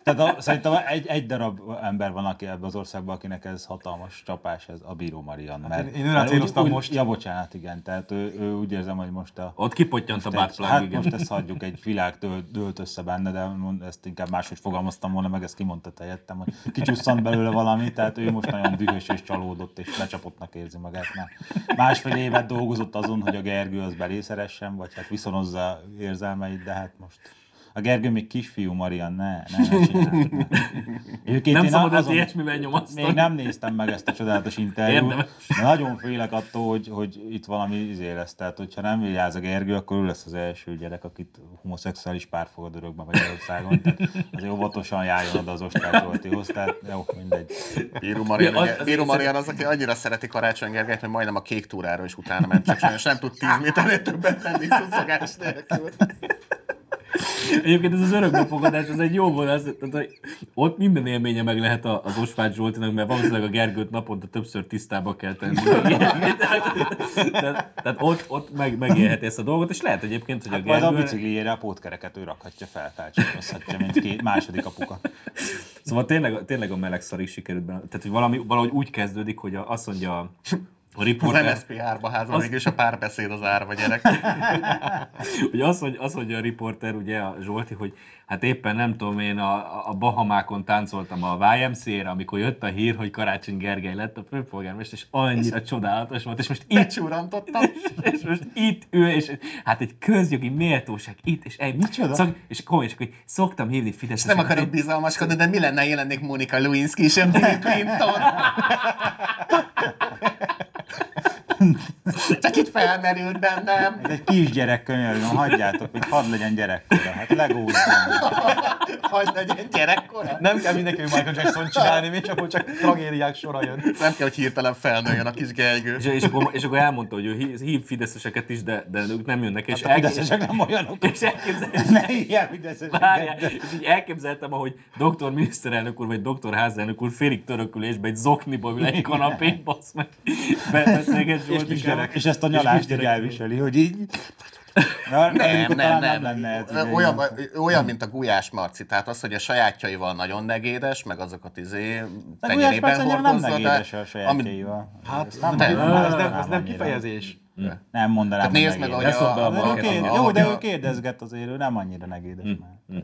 S3: Tehát a, szerintem egy, egy darab ember van, aki ebben az országban, akinek ez hatalmas csapás, ez a Bíró Marian. Mert,
S4: én- én őre
S3: mert úgy-
S4: céloztam
S3: úgy-
S4: most.
S3: Ja, bocsánat, igen. Tehát ő, ő úgy érzem, hogy most a...
S1: Ott kipottyant a
S3: Egy,
S1: bátplug,
S3: hát
S1: igen.
S3: most ezt hagyjuk, egy világ dőlt, dőlt össze benne, de mond- ezt inkább máshogy fogalmaztam volna, meg ezt kimondta helyettem, hogy kicsusszant belőle valami, tehát ő most nagyon dühös és csalódott, és lecsapottnak érzi magát, mert másfél évet dolgozott azon, hogy a Gergő az belészeressen, vagy hát viszonozza érzelmeit, de hát most... A Gergő még kisfiú, Marian, ne, ne, ne csináld. Ne. Egyébként
S1: Nem
S3: én
S1: szabad az
S3: azon-
S1: ilyesmivel nyomasztani.
S3: Még nem néztem meg ezt a csodálatos interjút.
S1: Érdemes.
S3: De nagyon félek attól, hogy, hogy itt valami izé lesz. Tehát, hogyha nem vigyáz a Gergő, akkor ő lesz az első gyerek, akit homoszexuális pár fogad örökbe Magyarországon. Tehát azért óvatosan járjon oda az Ostrák Zsoltihoz. Tehát jó, mindegy.
S2: Bíró
S1: Ja, az-
S2: Marian,
S1: az-
S2: Bíró Marian az, aki annyira szereti Karácsony Gergelyt, hogy majdnem a kék túrára is utána ment, csak sajnos nem tud 10 méternél többet menni szuszogás nélkül.
S1: Egyébként ez az örökbefogadás, az egy jó volt, az, tehát, hogy ott minden élménye meg lehet a- az Osvágy Zsoltinak, mert valószínűleg a Gergőt naponta többször tisztába kell tenni. tehát, tehát ott, ott meg, megélheti ezt a dolgot, és lehet egyébként, hogy Hát a
S3: Hát Majd a
S1: Gergő...
S3: bicikliére a pótkereket ő rakhatja fel, felcsapozhatja, mint két második apuka.
S1: Szóval tényleg, tényleg a meleg szar is sikerült benne. Tehát, hogy valami, valahogy úgy kezdődik, hogy a, azt mondja a,
S6: a
S2: Az
S6: riporter,
S2: MSZP árba házban mégis a párbeszéd az árva gyerek.
S6: hogy az, hogy az, hogy a riporter, ugye a Zsolti, hogy hát éppen nem tudom én, a, a Bahamákon táncoltam a YMCA-re, amikor jött a hír, hogy Karácsony Gergely lett a főpolgármester, és annyira csodálatos volt, és most itt
S2: Becsúrantottam.
S6: és most itt ül, és hát egy közjogi méltóság itt, és egy micsoda? Szok, és komolyan, csak hogy szoktam hívni Fidesz.
S2: Nem akarok bizalmaskodni, de mi lenne, ha jelennék Monika Lewinsky és nem Bill Clinton? Csak itt felmerült bennem.
S3: Ez egy kisgyerek könyörgöm, hagyjátok, még hadd legyen gyerekkora. Hát legózom.
S2: Hogy legyen gyerekkora?
S4: Nem kell mindenki Michael Jackson csinálni, mi csak, csak tragédiák sora jön.
S2: Nem kell, hogy hirtelen felnőjön a kis Gergő.
S6: És, és, akkor, és akkor elmondta, hogy ő hív- hív fideszeseket is, de, de ők nem jönnek, és,
S3: Hát A fideszesek nem olyanok.
S6: és elképzeltem,
S3: Ne ilyen fideszesek.
S6: várjál, és így elképzeltem, ahogy doktor miniszterelnök úr, vagy doktor házelnök úr félig törökülésbe, egy zokniba ül egy kanapén, basz meg, be- beszélget
S3: És,
S6: Zsoltikával.
S3: kisgyerek. és ezt a nyalást így elviseli, hogy így... Na,
S2: Nem, nem,
S3: mondjuk, talán
S2: nem.
S3: lenne ez
S2: Ö,
S3: ugye
S2: olyan,
S3: ilyen.
S2: olyan, mint a Gulyás Marci. Tehát az, hogy a sajátjaival nagyon negédes, meg azokat izé
S3: A Gulyás
S2: tenyerében
S3: Perc annyira nem
S2: hordozza, de
S3: negédes a
S2: amit
S3: sajátjaival.
S4: Hát,
S3: nem,
S4: nem,
S2: nem,
S4: nem,
S2: nem,
S4: az nem, az nem
S3: annyira.
S4: kifejezés.
S3: Nem mondanám,
S2: Tehát Hát nézd
S3: hogy
S2: meg,
S3: negédes.
S2: ahogy Hm.
S6: Ne szopd be
S2: a...
S6: a
S3: De ő
S6: market,
S3: kér-
S6: ahogy
S3: Jó, de
S2: a-
S3: ő kérdezget azért, ő nem annyira negédes már.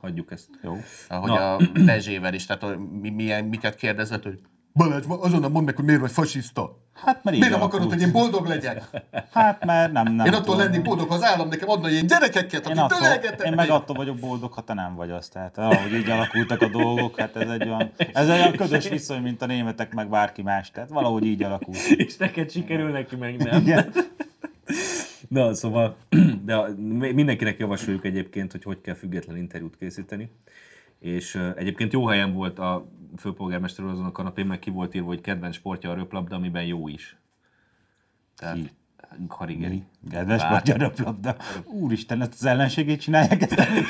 S6: Hagyjuk ezt.
S3: Jó.
S2: ahogy a Lezsével is, tehát hogy mi, milyen, miket kérdezett, hogy Balázs, ma azonnal mondd meg, hogy miért vagy fasiszta.
S3: Hát mert így
S2: Miért nem
S3: alakult.
S2: akarod, hogy én boldog legyek?
S3: Hát mert nem, nem
S2: Én attól
S3: tudom.
S2: lennék boldog, ha az állam nekem adna ilyen gyerekeket,
S3: Én,
S2: akik
S3: attól,
S2: tölelgetek.
S3: én meg attól vagyok boldog, ha te nem vagy az. Tehát ahogy így alakultak a dolgok, hát ez egy olyan, ez egy olyan ködös viszony, mint a németek, meg bárki más. Tehát valahogy így alakult.
S6: És neked sikerül, neki meg nem.
S3: Igen.
S6: Na, szóval, de a- mi- mindenkinek javasoljuk egyébként, hogy hogy kell független interjút készíteni. És ö, egyébként jó helyen volt a főpolgármester úr azon a kanapén, meg ki volt írva, hogy kedvenc sportja a röplabda, amiben jó is. Tehát, karigeri.
S3: Kedves
S6: Bár-
S3: magyar röplabda. Úristen, ezt az ellenségét csinálják, ezt nem is.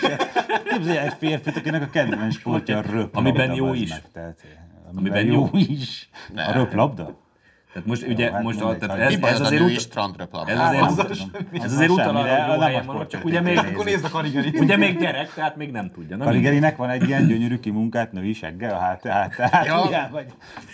S3: Képzelj el egy férfit, akinek a kedvenc sportja a röplabda.
S6: Amiben jó
S3: bazd
S6: is.
S3: Meg, tehát, eh, amiben,
S6: Amiben
S3: jó,
S6: jó.
S3: is. A röplabda?
S6: Tehát most ugye,
S3: hát
S6: most, a,
S3: mindegy,
S6: tehát
S3: hagyjuk.
S6: ez,
S2: Mi baj
S6: ez
S2: az a
S6: azért
S2: női
S6: ut- ez azért,
S3: Hát,
S6: ez
S3: az
S6: azért,
S3: sem-
S6: ez azért utal
S3: semmire,
S6: arra,
S3: nem
S6: hogy jó
S3: a
S6: helyen van, csak
S3: sportcsapat
S6: ugye még,
S4: Hát Akkor nézd a karigerit.
S6: ugye még gyerek, tehát még nem tudja. Nem
S3: Karigerinek van egy ilyen gyönyörű kimunkált női seggel a hát, hát, hát,
S2: Ja.
S3: ja. vagy,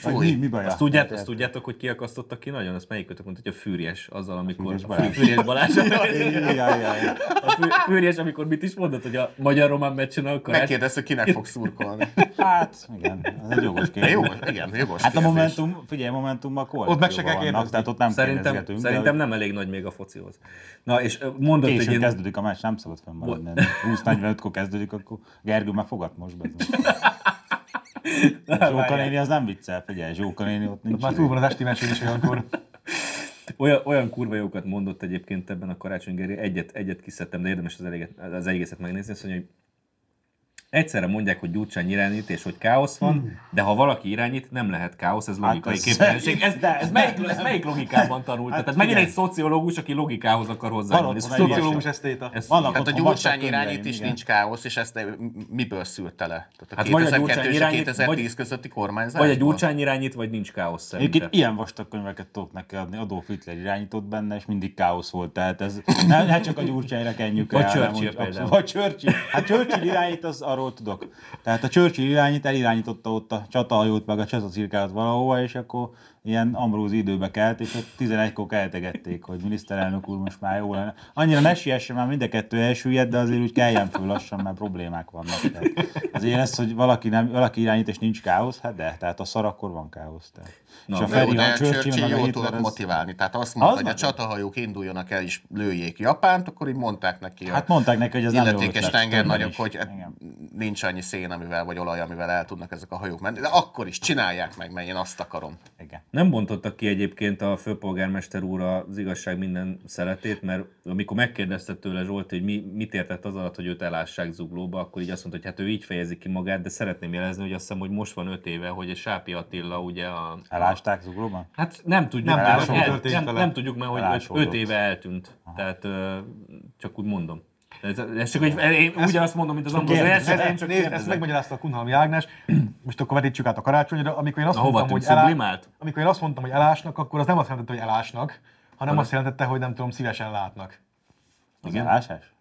S3: vagy
S2: Fúj.
S3: mi, mi baj?
S6: Azt, tudját, azt tudjátok, hogy kiakasztottak ki nagyon? Azt melyikötök mondta, hogy a fűrjes azzal, amikor...
S3: Fűrjes Balázs.
S6: Fűrjes Balázs.
S3: Jaj, jaj, jaj.
S6: A fű- fűrjes, amikor mit is mondott, hogy a magyar-román meccsen a karácsony...
S2: Megkérdezte, kinek fog szurkolni.
S3: Hát, igen, az egy jogos
S2: De
S3: kérdés.
S2: jó, igen, jogos
S3: Hát a
S2: kérdés.
S3: Momentum, figyelj, Momentum a
S4: Ott meg se kell kérdezni.
S3: Tehát ott nem
S6: Szerintem,
S3: kérdezgetünk, de
S6: szerintem nem elég nagy még a focihoz. Na, és ö, mondott egy
S3: Későn
S6: ilyen...
S3: kezdődik a meccs, nem szabad fennmaradni. 20-45-kor kezdődik, akkor Gergő már fogat most be. Zsóka néni az nem viccel, figyelj, Zsóka néni ott nincs.
S4: Már túl van az esti mesén is olyankor.
S6: Olyan, olyan kurva jókat mondott egyébként ebben a Karácsony Gergely, egyet, egyet kiszedtem, de érdemes az, eleget, az egészet megnézni, azt mondja, hogy egyszerre mondják, hogy Gyurcsány irányít, és hogy káosz van, de ha valaki irányít, nem lehet káosz, ez logikai
S3: Hmm. Hát ez-
S6: képtelenség. Ez,
S3: de-
S6: ez, melyik, ez melyik logikában tanult?
S3: Hát
S6: Tehát megint
S3: figyelj.
S6: egy szociológus, aki logikához akar
S3: Van
S6: hozzányúlni.
S3: otthon
S6: Ez
S3: egy
S6: szociológus.
S4: Szociológus esztéta.
S6: Ez,
S3: Vannak
S2: Hát a
S3: otthon vastag
S2: gyurcsány
S3: könyveim,
S2: irányít is
S3: igen.
S2: nincs káosz, és ezt m- miből szűrte le? Tehát
S6: Hát
S2: a
S6: vagy a
S2: 2002
S6: Gyurcsány
S2: és a
S6: irányít,
S2: 2010
S6: vagy-
S2: közötti kormányzás.
S6: vagy egy Gyurcsány irányít, vagy nincs káosz szerintem.
S3: Egyébként ilyen vastag könyveket tudok neki adni, Adolf Hitler irányított benne, és mindig káosz volt, tehát ez nem, ne csak a gyurcsányra kenjük
S6: Vagy
S3: rá, hanem
S6: Churchill
S3: úgy abszolút-
S6: például.
S3: Vagy Churchill. Hát Churchill irányít, az arról tudok. Tehát a Churchill irányít, elirányította ott a csatahajót, meg a csatacirkát valahova, és akkor ilyen Ambrózi időbe kelt, és ott 11-kor keltegették, hogy miniszterelnök úr most már jó lenne. Annyira ne siessen, már mind a kettő elsüllyed, de azért úgy keljen föl lassan, mert problémák vannak. Tehát azért ez, hogy valaki, nem, valaki irányít, és nincs káosz, hát de, tehát a szar akkor van káosz. Tehát.
S6: Na,
S3: és a
S6: jó,
S2: Jó,
S3: Feri,
S2: de
S3: ha
S2: a
S3: Churchill
S2: Churchill
S3: meg a
S2: jól
S3: Hitler,
S2: tudott
S3: az...
S2: motiválni. Tehát azt mondta,
S3: Az
S2: hogy a
S3: nagyon.
S2: csatahajók induljanak el és lőjék Japánt, akkor így mondták neki a
S3: Hát mondták neki, hogy ez nem jó
S2: illetékes
S3: ötlet,
S2: tengernagyok,
S3: is.
S2: hogy
S3: Igen.
S2: nincs annyi szén, amivel, vagy olaj, amivel el tudnak ezek a hajók menni, de akkor is csinálják meg, mert én azt akarom.
S3: Igen.
S6: Nem bontottak ki egyébként a főpolgármester úr az igazság minden szeretét, mert amikor megkérdezte tőle Zsolt, hogy mi, mit értett az alatt, hogy őt elássák zuglóba, akkor így azt mondta, hogy hát ő így fejezi ki magát, de szeretném jelezni, hogy azt hiszem, hogy most van öt éve, hogy a Sápi Attila ugye a...
S3: Elásták zuglóban?
S6: Hát nem tudjuk,
S4: Nem
S6: már,
S3: tudjuk,
S6: hogy
S3: mi
S6: el,
S4: történt
S6: nem,
S4: vele.
S6: nem tudjuk már, hogy öt,
S3: Elásódott.
S6: öt éve eltűnt. Tehát ö, csak úgy mondom. Ez, ez csak, hogy én úgy azt mondom, mint az angol, hogy ez,
S4: Nézd,
S6: ez, én
S4: ezt,
S6: csak
S4: nézd, ezt
S6: kérdezem.
S4: megmagyarázta a Kunhalmi Ágnes, most akkor vetítsük át a karácsonyra, amikor én azt
S6: Na, hova
S4: mondtam, hogy
S6: tűnt? Sublimált?
S4: amikor én azt mondtam, hogy elásnak, akkor az nem azt jelentette, hogy elásnak, hanem azt jelentette, hogy nem tudom, szívesen látnak.
S3: Az Igen. elásás?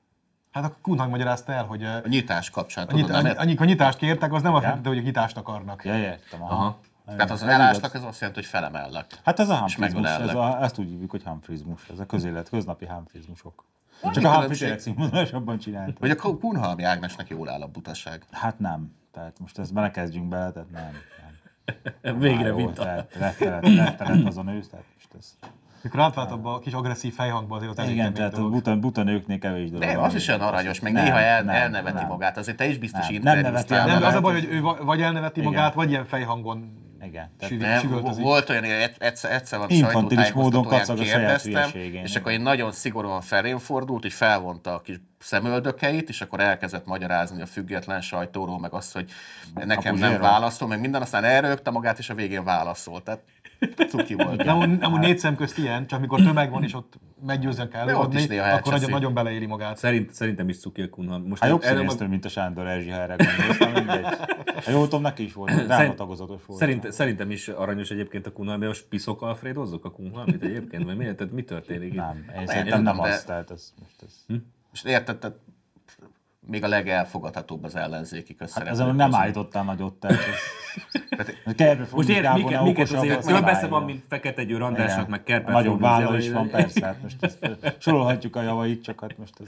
S4: Hát akkor Kunhang magyarázta el, hogy eh,
S2: A nyitás kapcsán,
S4: a nyit-
S2: tudod, nem?
S4: annyi- annyi- a nyitást kértek, az nem azt jelentette, hogy a nyitást akarnak.
S3: Ja, értem. Aha.
S6: Aha.
S2: Tehát az elásnak ez azt jelenti, hogy felemellek.
S3: Hát ez a hamfrizmus,
S2: megölellek.
S3: ez a, ezt úgy hívjuk, hogy hamfrizmus, ez a közélet, köznapi hamfrizmusok. Csak a
S2: különbség?
S3: hamfri tényleg színvonalasabban csinálta.
S2: Vagy a Kunhalmi Ágnesnek jól áll a butaság.
S3: Hát nem, tehát most ezt belekezdjünk bele, tehát nem. nem.
S1: Végre
S3: Jó,
S1: vita.
S3: Tehát rettenet, rettenet az a nő, tehát most ez.
S4: Mikor átvált abba a kis agresszív fejhangba azért az
S3: Igen,
S4: elég
S3: tehát a
S4: dolog.
S3: buta, buta nőknél kevés dolog.
S2: De
S3: van,
S2: az is olyan aranyos, még
S3: Nem,
S2: néha el,
S3: nem,
S2: elneveti
S3: nem.
S2: magát. Azért te is biztos
S3: Nem,
S2: így
S3: nem neveti el,
S4: Nem, az a
S3: lehet,
S4: baj, hogy ő va- vagy elneveti
S3: Igen.
S4: magát, vagy ilyen fejhangon
S3: Igen, tehát-
S4: süvi-
S2: Nem, vo-
S4: süvöltözik.
S2: volt olyan, hogy egyszer, egyszer van
S3: Infantilis módon
S2: sajtótájékoztatóján
S3: kacag a saját
S2: kérdeztem,
S3: hülyeségén,
S2: és
S3: igen.
S2: akkor egy nagyon szigorúan felém fordult, így felvonta a kis szemöldökeit, és akkor elkezdett magyarázni a független sajtóról, meg azt, hogy nekem nem
S3: Buzséról.
S2: válaszol, meg minden, aztán elrögte magát, és a végén válaszolt. Tehát cuki volt.
S4: Nem, amúgy- amúgy négy szem közt ilyen, csak mikor tömeg van és ott meggyőzzen kell
S2: Jó, ott is
S4: előadni,
S2: néha
S4: akkor
S2: elcseszi.
S4: nagyon, nagyon beleéli magát.
S1: Szerint, szerintem is cuki a Kunhan. Most
S3: Hát jobb
S1: erről ma-
S3: színésztől, mint a Sándor Erzsi, ha erre gondolsz, na mindegy. A jó Tom neki is volt, drámatagozatos volt.
S1: Szerint, szerintem is aranyos egyébként a Kunhalmi, most piszok Alfredozzuk a Kunhalmit egyébként, vagy miért? Tehát mi történik? itt?
S3: Nem, Hm? én
S2: nem
S3: szerintem
S2: tudom,
S3: nem
S2: de-
S3: az, tehát ez most ez. Hát
S2: És érted, tehát még a legelfogadhatóbb az ellenzéki
S3: Hát
S2: közszereplők.
S3: ezen nem állítottál nagyot, tehát ez... Kerbe
S1: Most érted, miket, miket azért több esze van, mint Fekete Győr Andrásnak,
S3: Igen.
S1: meg Kerpen.
S3: Nagyobb
S1: Flóriának.
S3: válla is van, persze, hát most ezt sorolhatjuk a javait, csak hát most ez...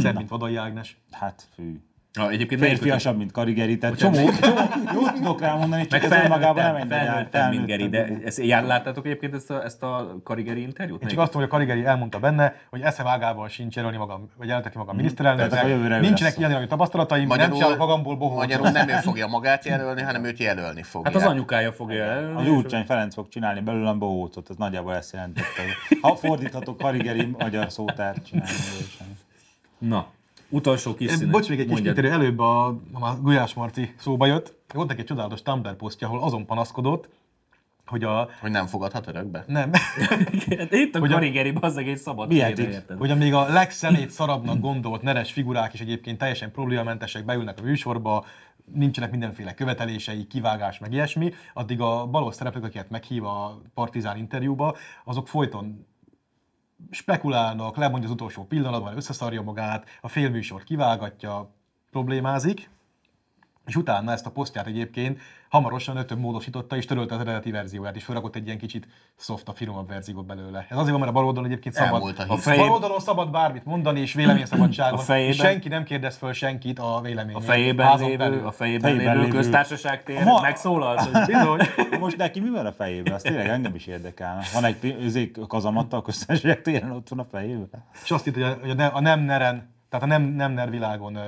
S4: Szebb, mint Vadai Ágnes.
S3: Hát fű.
S1: Ha, egyébként melyik kötött-
S3: Férfiasabb, mint Karigeri, tehát csomó, csomó, jót tudok rá mondani, csak
S1: Meg
S3: ez önmagában nem hát
S1: felnőttem,
S3: egy nagy ár-
S1: felnőttem, mint Geri, de
S3: felnőttem.
S1: ezt, jár, láttátok egyébként ezt a, ezt a Karigeri interjút?
S4: Én csak
S1: Melyik?
S4: azt mondom, hogy a Karigeri elmondta benne, hogy eszevágában sincs jelölni magam, vagy jelenteti magam
S3: Tehát akkor jövőre ő
S4: miniszterelnöknek,
S3: lesz.
S4: nincsenek ilyen anyagi tapasztalataim, nem csinálok magamból bohócot.
S2: magyarul nem ő fogja magát jelölni, hanem őt jelölni fogja.
S1: Hát az anyukája fogja el.
S3: A Gyurcsány Ferenc fog csinálni belőlem bohócot, ez nagyjából ezt jelentette. Ha fordíthatok, Karigeri magyar szótárt csinálni. gyorsan.
S1: Na, utolsó kis
S4: Én,
S1: színek.
S4: Bocs, még egy kis
S1: Mondjad.
S4: kitérő, előbb a, ha már Gulyás Marti szóba jött, volt neki egy csodálatos Tumblr posztja, ahol azon panaszkodott, hogy a...
S2: Hogy nem fogadhat örökbe?
S4: Nem,
S1: Hát Itt a
S4: Hogy a-
S1: Karigeri bazzeg egy szabad
S3: Vihetik.
S1: kéne, érted?
S4: hogy amíg a legszenét szarabbnak gondolt neres figurák is egyébként teljesen problémamentesek, beülnek a műsorba, nincsenek mindenféle követelései, kivágás, meg ilyesmi, addig a balos szereplők, akiket meghív a Partizán interjúba, azok folyton spekulálnak, lemondja az utolsó pillanatban, összeszarja magát, a félműsort kivágatja, problémázik, és utána ezt a posztját egyébként hamarosan ötön módosította és törölte az eredeti verzióját, és felrakott egy ilyen kicsit softabb, finomabb verziót belőle. Ez azért van, mert a baloldalon egyébként szabad,
S2: Elmúlt a
S1: A
S2: híz.
S1: fején-
S4: Bal oldalon szabad bármit mondani, és véleményszabadság
S1: A
S4: van.
S1: fejében-
S4: És senki nem kérdez föl senkit a véleményét.
S1: A fejében
S4: Házon
S1: lévő,
S4: belül.
S1: a fejében
S3: Fejében
S1: lévő
S3: lévő.
S1: köztársaság tér,
S3: Ma-
S1: megszólalt, hogy bizony.
S3: Most neki mi van a fejében? Azt tényleg engem is érdekelne. Van egy pi- özék kazamatta a köztársaság téren ott van a fejében.
S4: És azt itt, hogy a, hogy a, ne- a nem neren, tehát a nem, nem ner világon, ö,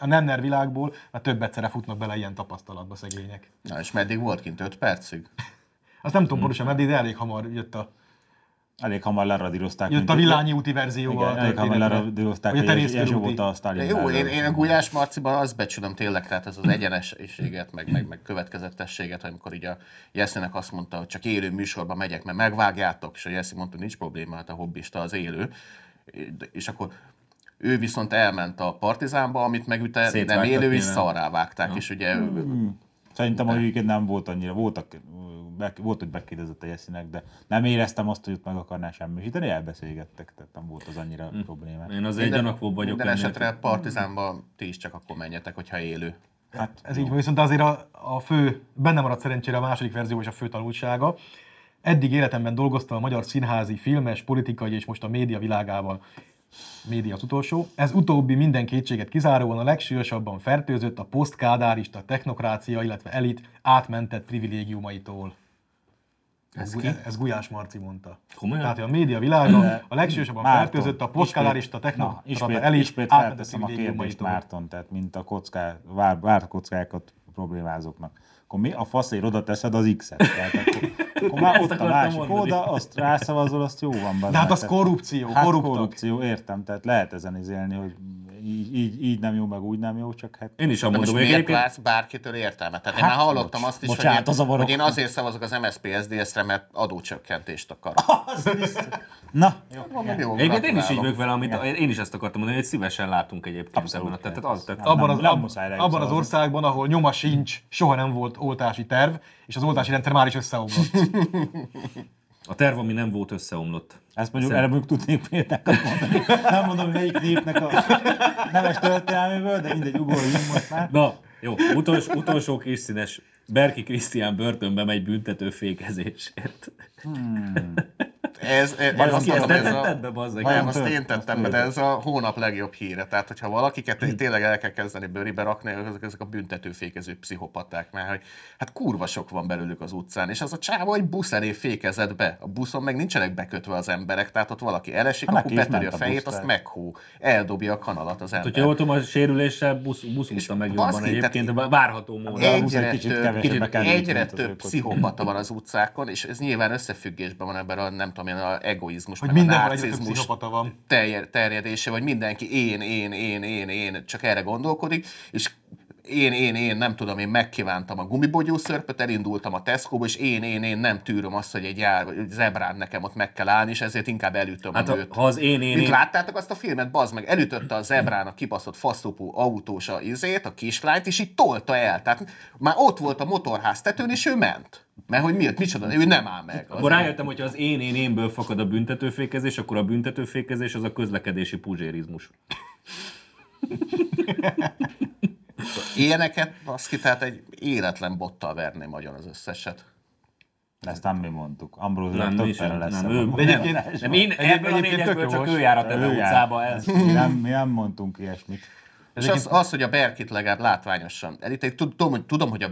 S4: a nem ner világból már több egyszerre futnak bele ilyen tapasztalatba szegények.
S2: Na, és meddig volt kint? 5 percig?
S4: Azt nem
S3: Hmm.
S4: tudom pontosan meddig, de elég hamar jött a,
S3: Elég hamar leradírozták.
S4: jött
S3: Hát, mint-
S4: a villányi úti verzió.
S3: Igen,
S4: a
S3: elég hamar
S4: történetnek.
S3: leradírozták,
S4: Vagy a
S3: hogy ez,
S4: Terészkör
S3: ez
S4: úti.
S3: volt a
S2: De
S3: Stalin.
S2: jó, én,
S3: mellől.
S2: én a Gulyás Marciban azt becsülöm tényleg, tehát ez az egyenességet, meg, meg, meg következetességet, amikor így a Jesszinek azt mondta, hogy csak élő műsorba megyek, mert megvágjátok, és a Jesszi mondta, hogy nincs probléma, hát a hobbista az élő, és akkor ő viszont elment a partizánba, amit meg üte, nem
S1: Szétvágtak
S2: élő, és
S1: nyilván.
S2: szarrá vágták, és ugye
S1: Hmm.
S3: Hm. Szerintem a egyébként nem volt annyira, voltak, be, volt, hogy megkérdezett a Jesszinek, de nem éreztem azt, hogy ott meg akarná semmisíteni, elbeszélgettek, tehát nem volt az annyira
S4: Hm.
S3: probléma.
S1: Én azért
S2: minden,
S1: gyanakvóbb vagyok.
S2: minden
S1: ennél.
S2: esetre partizánba ti is csak akkor menjetek, hogyha élő.
S3: Hát,
S4: Ez így van, viszont azért a, a fő, benne maradt szerencsére a második verzió és a fő tanulsága. Eddig életemben dolgoztam a magyar színházi, filmes, politikai és most a média világával. Média az utolsó. Ez utóbbi minden kétséget kizáróan a legsúlyosabban fertőzött a posztkádárista technokrácia, illetve elit átmentett privilégiumaitól. Ez, Gu- ez Gulyás Marci mondta.
S1: Komolyan?
S4: Tehát hogy a média világa a legsúlyosabban
S3: Márton,
S4: fertőzött a
S3: ismét-
S4: posztkádárista
S3: Na,
S4: technokrata
S3: ismét,
S4: elit
S3: ismét
S4: átmentett
S3: felteszem a kérdést
S4: privilégiumaitól.
S3: Márton, tehát mint a kocká, vár, várkockákat problémázoknak. Akkor mi a faszért oda teszed az X-et? Tehát akkor, akkor már
S1: Ezt
S3: ott a
S1: akartam
S3: másik
S1: mondani.
S3: oda, azt rászavazol, azt jó van.
S4: De hát az
S3: Tehát-
S4: korrupció,
S3: Hát
S4: korruptak.
S3: korrupció, értem, tehát lehet ezen izélni, hogy így, így, így nem jó, meg úgy nem jó, csak hát...
S1: Én is amúgy
S2: De most
S1: mondom, hogy
S2: miért
S1: egyébként
S2: vársz bárkitől értelmet? Tehát
S3: Hát,
S2: én már hallottam
S3: bocs-
S2: azt is,
S3: bocsánat,
S2: hogy,
S3: az a
S2: én,
S3: barok.
S2: hogy én azért szavazok az MSZP SZDSZ-re, mert adócsökkentést akar.
S3: Na, jó.
S2: Mondom, jó,
S1: Ah! Egyébként én is így
S2: gratulálok.
S1: vagyok vele, amit én is ezt akartam mondani, hogy szívesen látunk egyébként
S3: Abszolút,
S1: ebben. a- Tehát
S3: persze.
S1: az, tehát
S3: Hát Nem,
S4: abban, az,
S3: nem
S4: ab-
S3: muszáj rájuk
S4: abban az
S3: szavazni.
S4: országban, ahol nyoma sincs, soha nem volt oltási terv, és az oltási rendszer már is összeomlott.
S1: a terv, ami nem volt, összeomlott.
S3: Ezt mondjuk, erre
S1: Szerintem.
S3: mondjuk tudnék példákat mondani. Nem mondom, hogy melyik népnek a neves történelméből, de mindegy, ugorjunk most már.
S1: Na, Jó, utolsó, utolsó kis színes. Berki Krisztián börtönbe megy büntető fékezésért.
S3: Hmm.
S2: Ez, ez,
S1: Ez
S2: ez,
S1: azt
S2: azt
S1: ki ezt
S2: mondom,
S1: nem
S2: ez
S1: tetted
S2: a,
S1: be, bazzeg?
S2: Vajon
S1: Nem.
S2: azt én tettem be, de ez a hónap legjobb híre. Tehát, hogyha valakiket tényleg el kell kezdeni bőribe rakni, azok, ezek a büntetőfékező pszichopaták már, hogy hát kurva sok van belőlük az utcán, és az a csávó egy busz elé fékezett be. A buszon meg nincsenek bekötve az emberek, tehát ott valaki elesik,
S3: Hát
S2: akkor
S3: neki is
S2: betöri a
S3: ment a
S2: fejét,
S3: busz,
S2: azt
S3: tehát.
S2: meghó, eldobja a kanalat
S6: Hát,
S2: az
S1: Hát, Hogyha jól
S2: ember.
S1: tudom, a sérüléssel busz, buszúztam meg jobban
S2: baszki,
S1: egyébként,
S2: tehát-
S1: várható módon.
S3: Egy- busz
S2: Egyre
S3: kicsit
S2: több,
S3: kevesebbe
S2: kicsit,
S3: került,
S2: egyre
S3: mint az ő
S2: több
S3: kocsi.
S2: pszichopata van az utcákon, és ez nyilván összefüggésben van ebben a, nem tudom én, a egoizmus,
S4: Hogy
S2: meg a
S4: mindenhol egyre több
S2: narcizmus
S4: pszichopata van.
S2: terjed, terjedése, vagy mindenki én, én, én, én, én, csak erre gondolkodik, és én, én, én, nem tudom, én megkívántam a gumibogyószörpöt, elindultam a Tesco-ba, és én, én, én nem tűröm azt, hogy egy jár, egy zebrán nekem ott meg kell állni, és ezért inkább elütöm
S1: Hát
S2: a
S1: ha-
S2: nőt.
S1: ha az én, én,
S2: Mit
S1: én,
S2: láttátok azt a filmet, bazd meg, elütötte a zebrán a kibaszott faszopó autós a izét, a kislányt, és így tolta el. Tehát már ott volt a motorház tetőn, és ő ment. Mert hogy miért, micsoda, ő nem áll meg.
S1: akkor rájöttem, hogy az én, én, énből fakad a büntetőfékezés, akkor a büntetőfékezés az a közlekedési puzsérizmus.
S2: Ilyeneket, baszki, tehát egy életlen bottal verném agyon az összeset.
S3: Ezt nem mi mondtuk. Ambróz
S1: Nem,
S3: nem,
S1: mi
S3: több
S1: sem.
S3: fele lesz.
S1: Nem, ő-
S4: De egyébként
S1: Nem, én ebből a
S4: egyébként
S1: négyből csak
S4: tök jogos.
S1: ő jár a
S3: Ő
S1: Teve
S3: jár.
S1: utcába. Ez.
S3: Mi nem, mi nem mondtunk ilyesmit.
S2: És az, az, hogy a Berkit legalább látványosan elítélik, tud- tudom, hogy- tudom, hogy a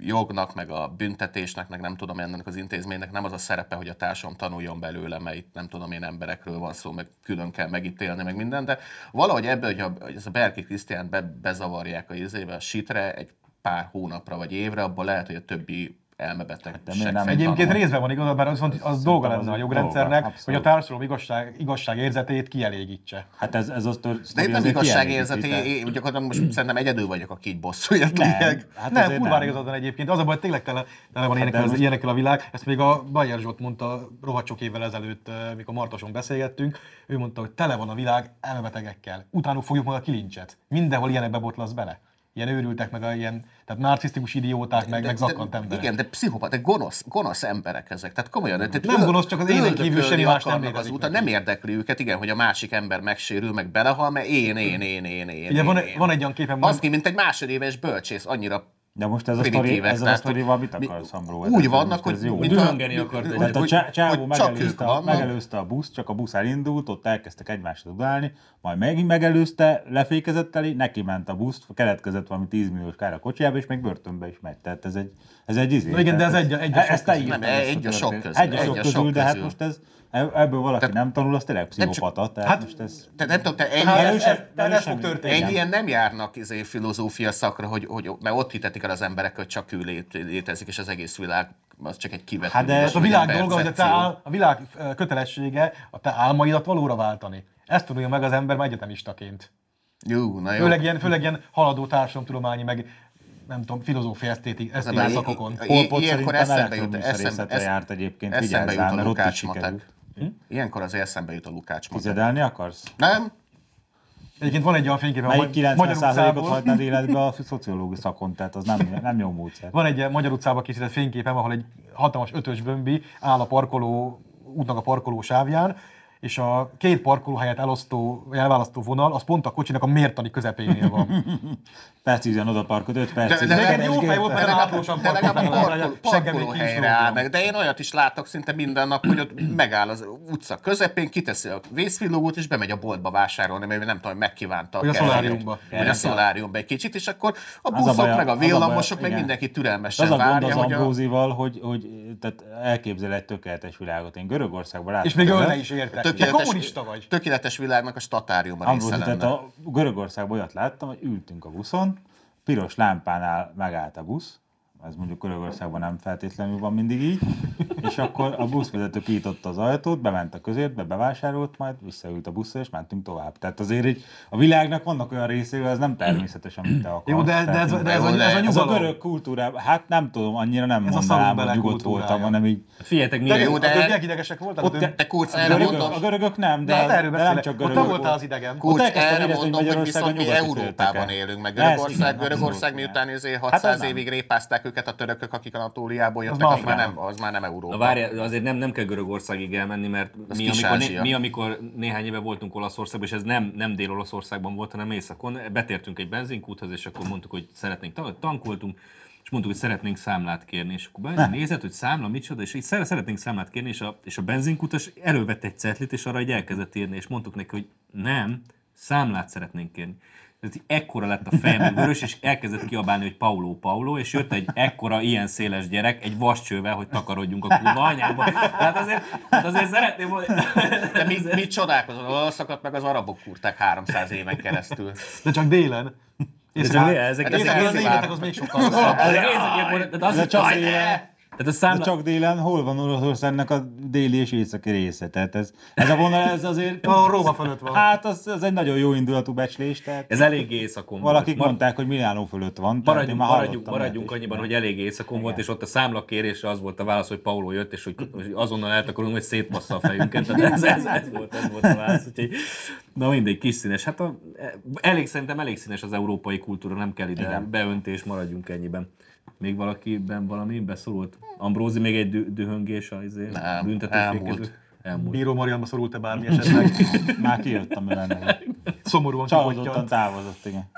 S2: jognak, meg a büntetésnek, meg nem tudom ennek az intézménynek nem az a szerepe, hogy a társam tanuljon belőle, mert itt nem tudom én emberekről van szó, meg külön kell megítélni, meg minden, de valahogy ebből, hogy, a, hogy ez a Berki Krisztián be, bezavarják a izébe a sitre egy pár hónapra vagy évre, abban lehet, hogy a többi elmebeteg
S3: Hát de miért
S2: seggfej
S3: nem?
S4: Egyébként
S2: tanul.
S4: részben van igazad, mert az, viszont az dolga lenne a
S3: az
S4: jogrendszernek,
S3: dolga,
S4: hogy a
S3: abszolút.
S4: társadalom igazság, igazság érzetét kielégítse.
S3: Hát ez, ez az tör,
S2: De itt nem igazságérzeti, én gyakorlatilag most szerintem egyedül vagyok, aki így bosszújatliek.
S4: Hát
S3: Hát
S4: nem,
S3: azért Hát
S4: kurvára igazad van egyébként. Az a baj, hogy tényleg tele, tele van ilyenekkel, az,
S3: most-
S4: ilyenekkel a világ. Ezt még a Bayer Zsolt mondta rohadt sok évvel ezelőtt, eh, mikor Martoson beszélgettünk. Ő mondta, hogy tele van a világ elmebetegekkel. Utánuk fogjuk meg a kilincset. Mindenhol ilyenekbe botlasz bele. Ilyen őrültek, meg a ilyen, tehát narcisztikus idióták, meg, meg zakkant emberek.
S2: Igen, de pszichopaták, gonosz, gonosz emberek ezek. Tehát komolyan. Tehát
S4: Nem
S2: öl-
S4: gonosz, csak az élen kívül
S2: öldökölni
S4: semmi más nem
S2: akarnak az
S4: létezik
S2: úton.
S4: neki.
S2: Nem érdekli őket, igen, hogy a másik ember megsérül, meg belehal, mert én, én, én, én, én.
S4: Ugye
S2: én,
S4: van,
S2: én.
S4: van egy olyan képem,
S2: Az ki, mint egy másodéves bölcsész, annyira
S3: De most ez a sztori,
S2: primitívek.
S3: ez a
S2: tehát,
S3: sztorival mit
S2: mi-
S3: akarsz, Ambró? Ez-
S2: Úgy
S3: ez
S2: vannak,
S3: most
S2: hogy...
S3: ez jó.
S2: mint a-
S1: Dühöngeni akart
S2: hogy-
S1: egyet.
S3: Tehát a
S2: hogy-
S3: csá- csávó
S2: hogy csak ők
S3: megelőzte, a-
S2: vannak.
S3: megelőzte a buszt, csak a busz elindult, ott elkezdtek egymásra dudálni, majd megint megelőzte, lefékezett elé, neki ment a buszt, keletkezett valami 10 milliós kár a kocsijába, és még börtönbe is megy. Tehát ez egy, ez egy izé.
S4: Na igen, de ez
S3: Tehát
S4: egy- egy a
S3: e-
S4: sok
S3: ezt te
S4: közül.
S3: írtad
S2: Nem,
S3: ezt
S2: egy a sok
S3: történetet.
S2: közül,
S3: Egy a sok közül, de hát
S2: közül.
S3: most ez, ebből valaki
S2: Tehát-
S3: nem tanul, az tényleg
S2: csak-
S3: pszichopata. Tehát
S4: Hát-
S3: most ez...
S2: Tehát nem tudom, te egy,
S4: Hát
S3: Erről
S4: ez-
S3: sem-
S4: ez-
S3: erről
S4: ez fog
S3: semmi.
S4: történni.
S2: Egy
S3: Igen.
S2: ilyen nem járnak izé, filozófia szakra, hogy, hogy, mert ott hitetik el az emberek, hogy csak ő lé- létezik, és az egész világ az csak egy kivető.
S3: Hát de ez
S4: Ez a
S2: és
S4: világ
S2: ilyen
S4: dolga, hogy a, te
S2: percepció.
S4: ál, a világ ö, kötelessége a te álmaidat valóra váltani. Ezt tanulja meg az ember már egyetemistaként.
S2: Jó, na jó.
S4: Főleg ilyen, főleg ilyen haladó társadalomtudományi, meg nem tudom, filozófia esztéti,
S2: Ez a
S4: esztéti
S2: baj,
S4: szakokon.
S2: i- i-
S3: Pol Pot
S2: Ilyenkor
S3: szerintem
S2: eszembe jut,
S3: elektroműszerészetre
S2: eszembe, esz-
S3: járt egyébként,
S2: eszembe jut
S3: vigyázzál,
S2: a
S3: mert ott
S2: Lukács
S3: is
S2: Matek.
S3: sikerült.
S2: Ilyenkor az eszembe jut a Lukács Matek.
S3: Tizedelni akarsz?
S2: Nem?
S4: Egyébként van egy olyan fénykép, a
S3: Melyik
S4: Magy- Magyar
S3: 90%-ot
S4: utcából,
S3: hagynád életbe a szociológus szakon, tehát az nem, nem jó módszer.
S4: van egy ilyen Magyar utcában készített fényképem, ahol egy hatalmas ötös bömbi áll a parkoló, útnak a parkoló sávján, és a két parkolóhelyet elosztó, elválasztó vonal, az pont a kocsinak a mértani közepénél van.
S3: Precízen oda parkod, 5 perc.
S2: de-
S4: Neked
S2: de-
S4: jó fej volt, mert átlósan
S2: De legalább a
S4: parkoltál.
S2: parkol-
S4: Seggem még ki is
S2: parkolóhelyre
S4: lógjon.
S2: állnak. De én olyat is látok szinte minden nap, hogy ott megáll az utca közepén, kiteszi a vészvillogót, és bemegy a boltba vásárolni, mert nem tudom, hogy megkívánta.
S4: Vagy a
S2: kedvét.
S4: szoláriumba.
S2: Vagy a szoláriumba egy kicsit, és akkor a
S3: a
S2: buszok,
S3: baj,
S2: meg a
S3: az a baj,
S2: villamosok, meg
S3: igen.
S2: mindenki
S3: És az
S2: türelmesen
S3: a gond
S2: várja,
S3: az
S2: hogy a
S3: Ambrózival, hogy, hogy tehát elképzel egy tökéletes világot. Én Görögországban láttam.
S4: És még
S3: olyat.
S4: ölne is érte. Te
S2: tökéletes,
S4: kommunista vagy.
S2: tökéletes világnak a statáriumban része
S3: Ambrózi, tehát
S2: lenne.
S3: a Görögországban olyat láttam, hogy ültünk a buszon, piros lámpánál megállt a busz, ez mondjuk Görögországban nem feltétlenül van mindig így, és akkor a buszvezető kinyitotta az ajtót, bement a közértbe, bevásárolt, majd visszaült a buszra, és mentünk tovább. Tehát azért így, a világnak vannak olyan részei, az nem természetes, amit te akarsz.
S4: Jó, de,
S3: Tehát
S4: de, ez,
S3: így-
S4: de ez, a,
S2: Jó, de
S4: ez a
S3: Ez a
S4: nyugalom.
S3: görög kultúrában, hát nem tudom, annyira nem
S4: Ez a
S3: mondanám, hogy
S4: szalonbele
S3: nyugodt
S4: kultúrája.
S3: voltam, hanem így.
S1: Hát Figyeljetek,
S4: De,
S1: mi
S2: Jó,
S4: jó,
S2: de-
S4: de... A többiek idegesek voltak?
S3: Ott
S4: a
S3: te-
S4: többiek...
S2: Te kurc,
S3: A
S2: erre
S3: görögök,
S2: mondod?
S3: a görögök nem, de,
S4: De hát
S3: de
S4: erről
S3: nem
S4: beszélek.
S3: csak
S4: Ott
S3: görögök.
S4: te voltál
S3: volt.
S4: az idegen.
S3: Ott
S2: Kurz,
S3: elkezdtem
S2: erre
S3: érezni, hogy
S2: mondom, hogy
S3: Magyarországon
S2: viszont mi
S3: nyugati
S2: Európában
S3: szélteken.
S2: élünk, meg
S3: Lesz,
S2: Görögország,
S3: igen,
S2: Görögország
S3: abszolút,
S2: miután izé
S3: igen.
S2: 600
S3: Hát az-
S2: évig répázták őket a törökök, akik Anatóliából jöttek,
S4: már
S2: az, már
S4: Afrika.
S2: nem, az már nem Európa.
S6: Na várj, azért nem, nem kell Görögországig elmenni, mert
S2: Az
S6: mi
S2: kis
S6: amikor, né,
S2: Ázsia.
S6: mi amikor néhány éve voltunk Olaszországban, és ez nem, nem Dél-Olaszországban volt, hanem Északon, betértünk egy benzinkúthoz, és akkor mondtuk, hogy szeretnénk, tan- tankoltunk, és mondtuk, hogy szeretnénk számlát kérni, és akkor benne nézett, hogy számla, micsoda, és így szere- szeretnénk számlát kérni, és a, és a benzinkutas elővette egy cetlit, és arra egy elkezdett írni, és mondtuk neki, hogy nem, számlát szeretnénk kérni. Tehát így ekkora lett a fejem vörös, és elkezdett kiabálni, hogy Paulo, Paulo, és jött egy ekkora, ilyen széles gyerek, egy vascsővel, hogy takarodjunk a kurva anyába. Tehát azért, hát azért szeretném, hogy...
S2: De mi, mi csodálkozunk, az olaszokat meg az arabok kurták 300 éven keresztül.
S4: De csak délen. És
S6: csak délen, ezek-
S4: és
S2: ezek-
S4: hát az
S2: ezek-
S4: németek az még sokkal rosszabb.
S6: Azért nézzük, hogy akkor- tehát az,
S3: De
S6: hogy-
S3: csak
S6: Aj,
S3: délen.
S6: Tehát a
S3: De
S6: számla...
S3: csak délen, hol van Oroszországnak a déli és északi része? Tehát ez, ez a vonal, ez azért...
S4: A Róma fölött van.
S3: Hát az, az egy nagyon jó indulatú becslés, tehát
S6: Ez eléggé éjszakon
S3: valakik
S6: volt.
S3: mondták, hogy Milánó fölött van. tehát én
S6: Maradjunk,
S3: már
S6: maradjunk,
S3: hallottam
S6: maradjunk
S3: ilyet is.
S6: annyiban, hogy elég éjszakon volt, és ott a számlakérésre az volt a válasz, hogy Paulo jött, és hogy hogy azonnal eltakarunk, hogy szétbassza a fejünket. Tehát ez, ez, ez, volt, ez volt a válasz. Úgyhogy, na mindegy, kis színes. Hát a, elég, szerintem elég színes az európai kultúra, nem kell ide Igen. beöntés, maradjunk ennyiben. Még valakiben valami beszorult? Ambrózi még egy dü- dühöngés a izé,
S2: Nem,
S6: büntetőfékező?
S2: elmúlt.
S6: Elmúlt.
S4: Bíró Marianba szorult-e bármi esetleg?
S3: Már kijött a Milánó.
S4: Szomorúan
S3: Csalódottan
S4: kipottyan.
S3: távozott, igen.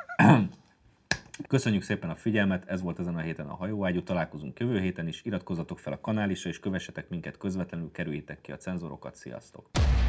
S6: Köszönjük szépen a figyelmet, ez volt ezen a héten a hajóágyú, találkozunk jövő héten is, iratkozzatok fel a kanálisra, és kövessetek minket közvetlenül, kerüljétek ki a cenzorokat, sziasztok!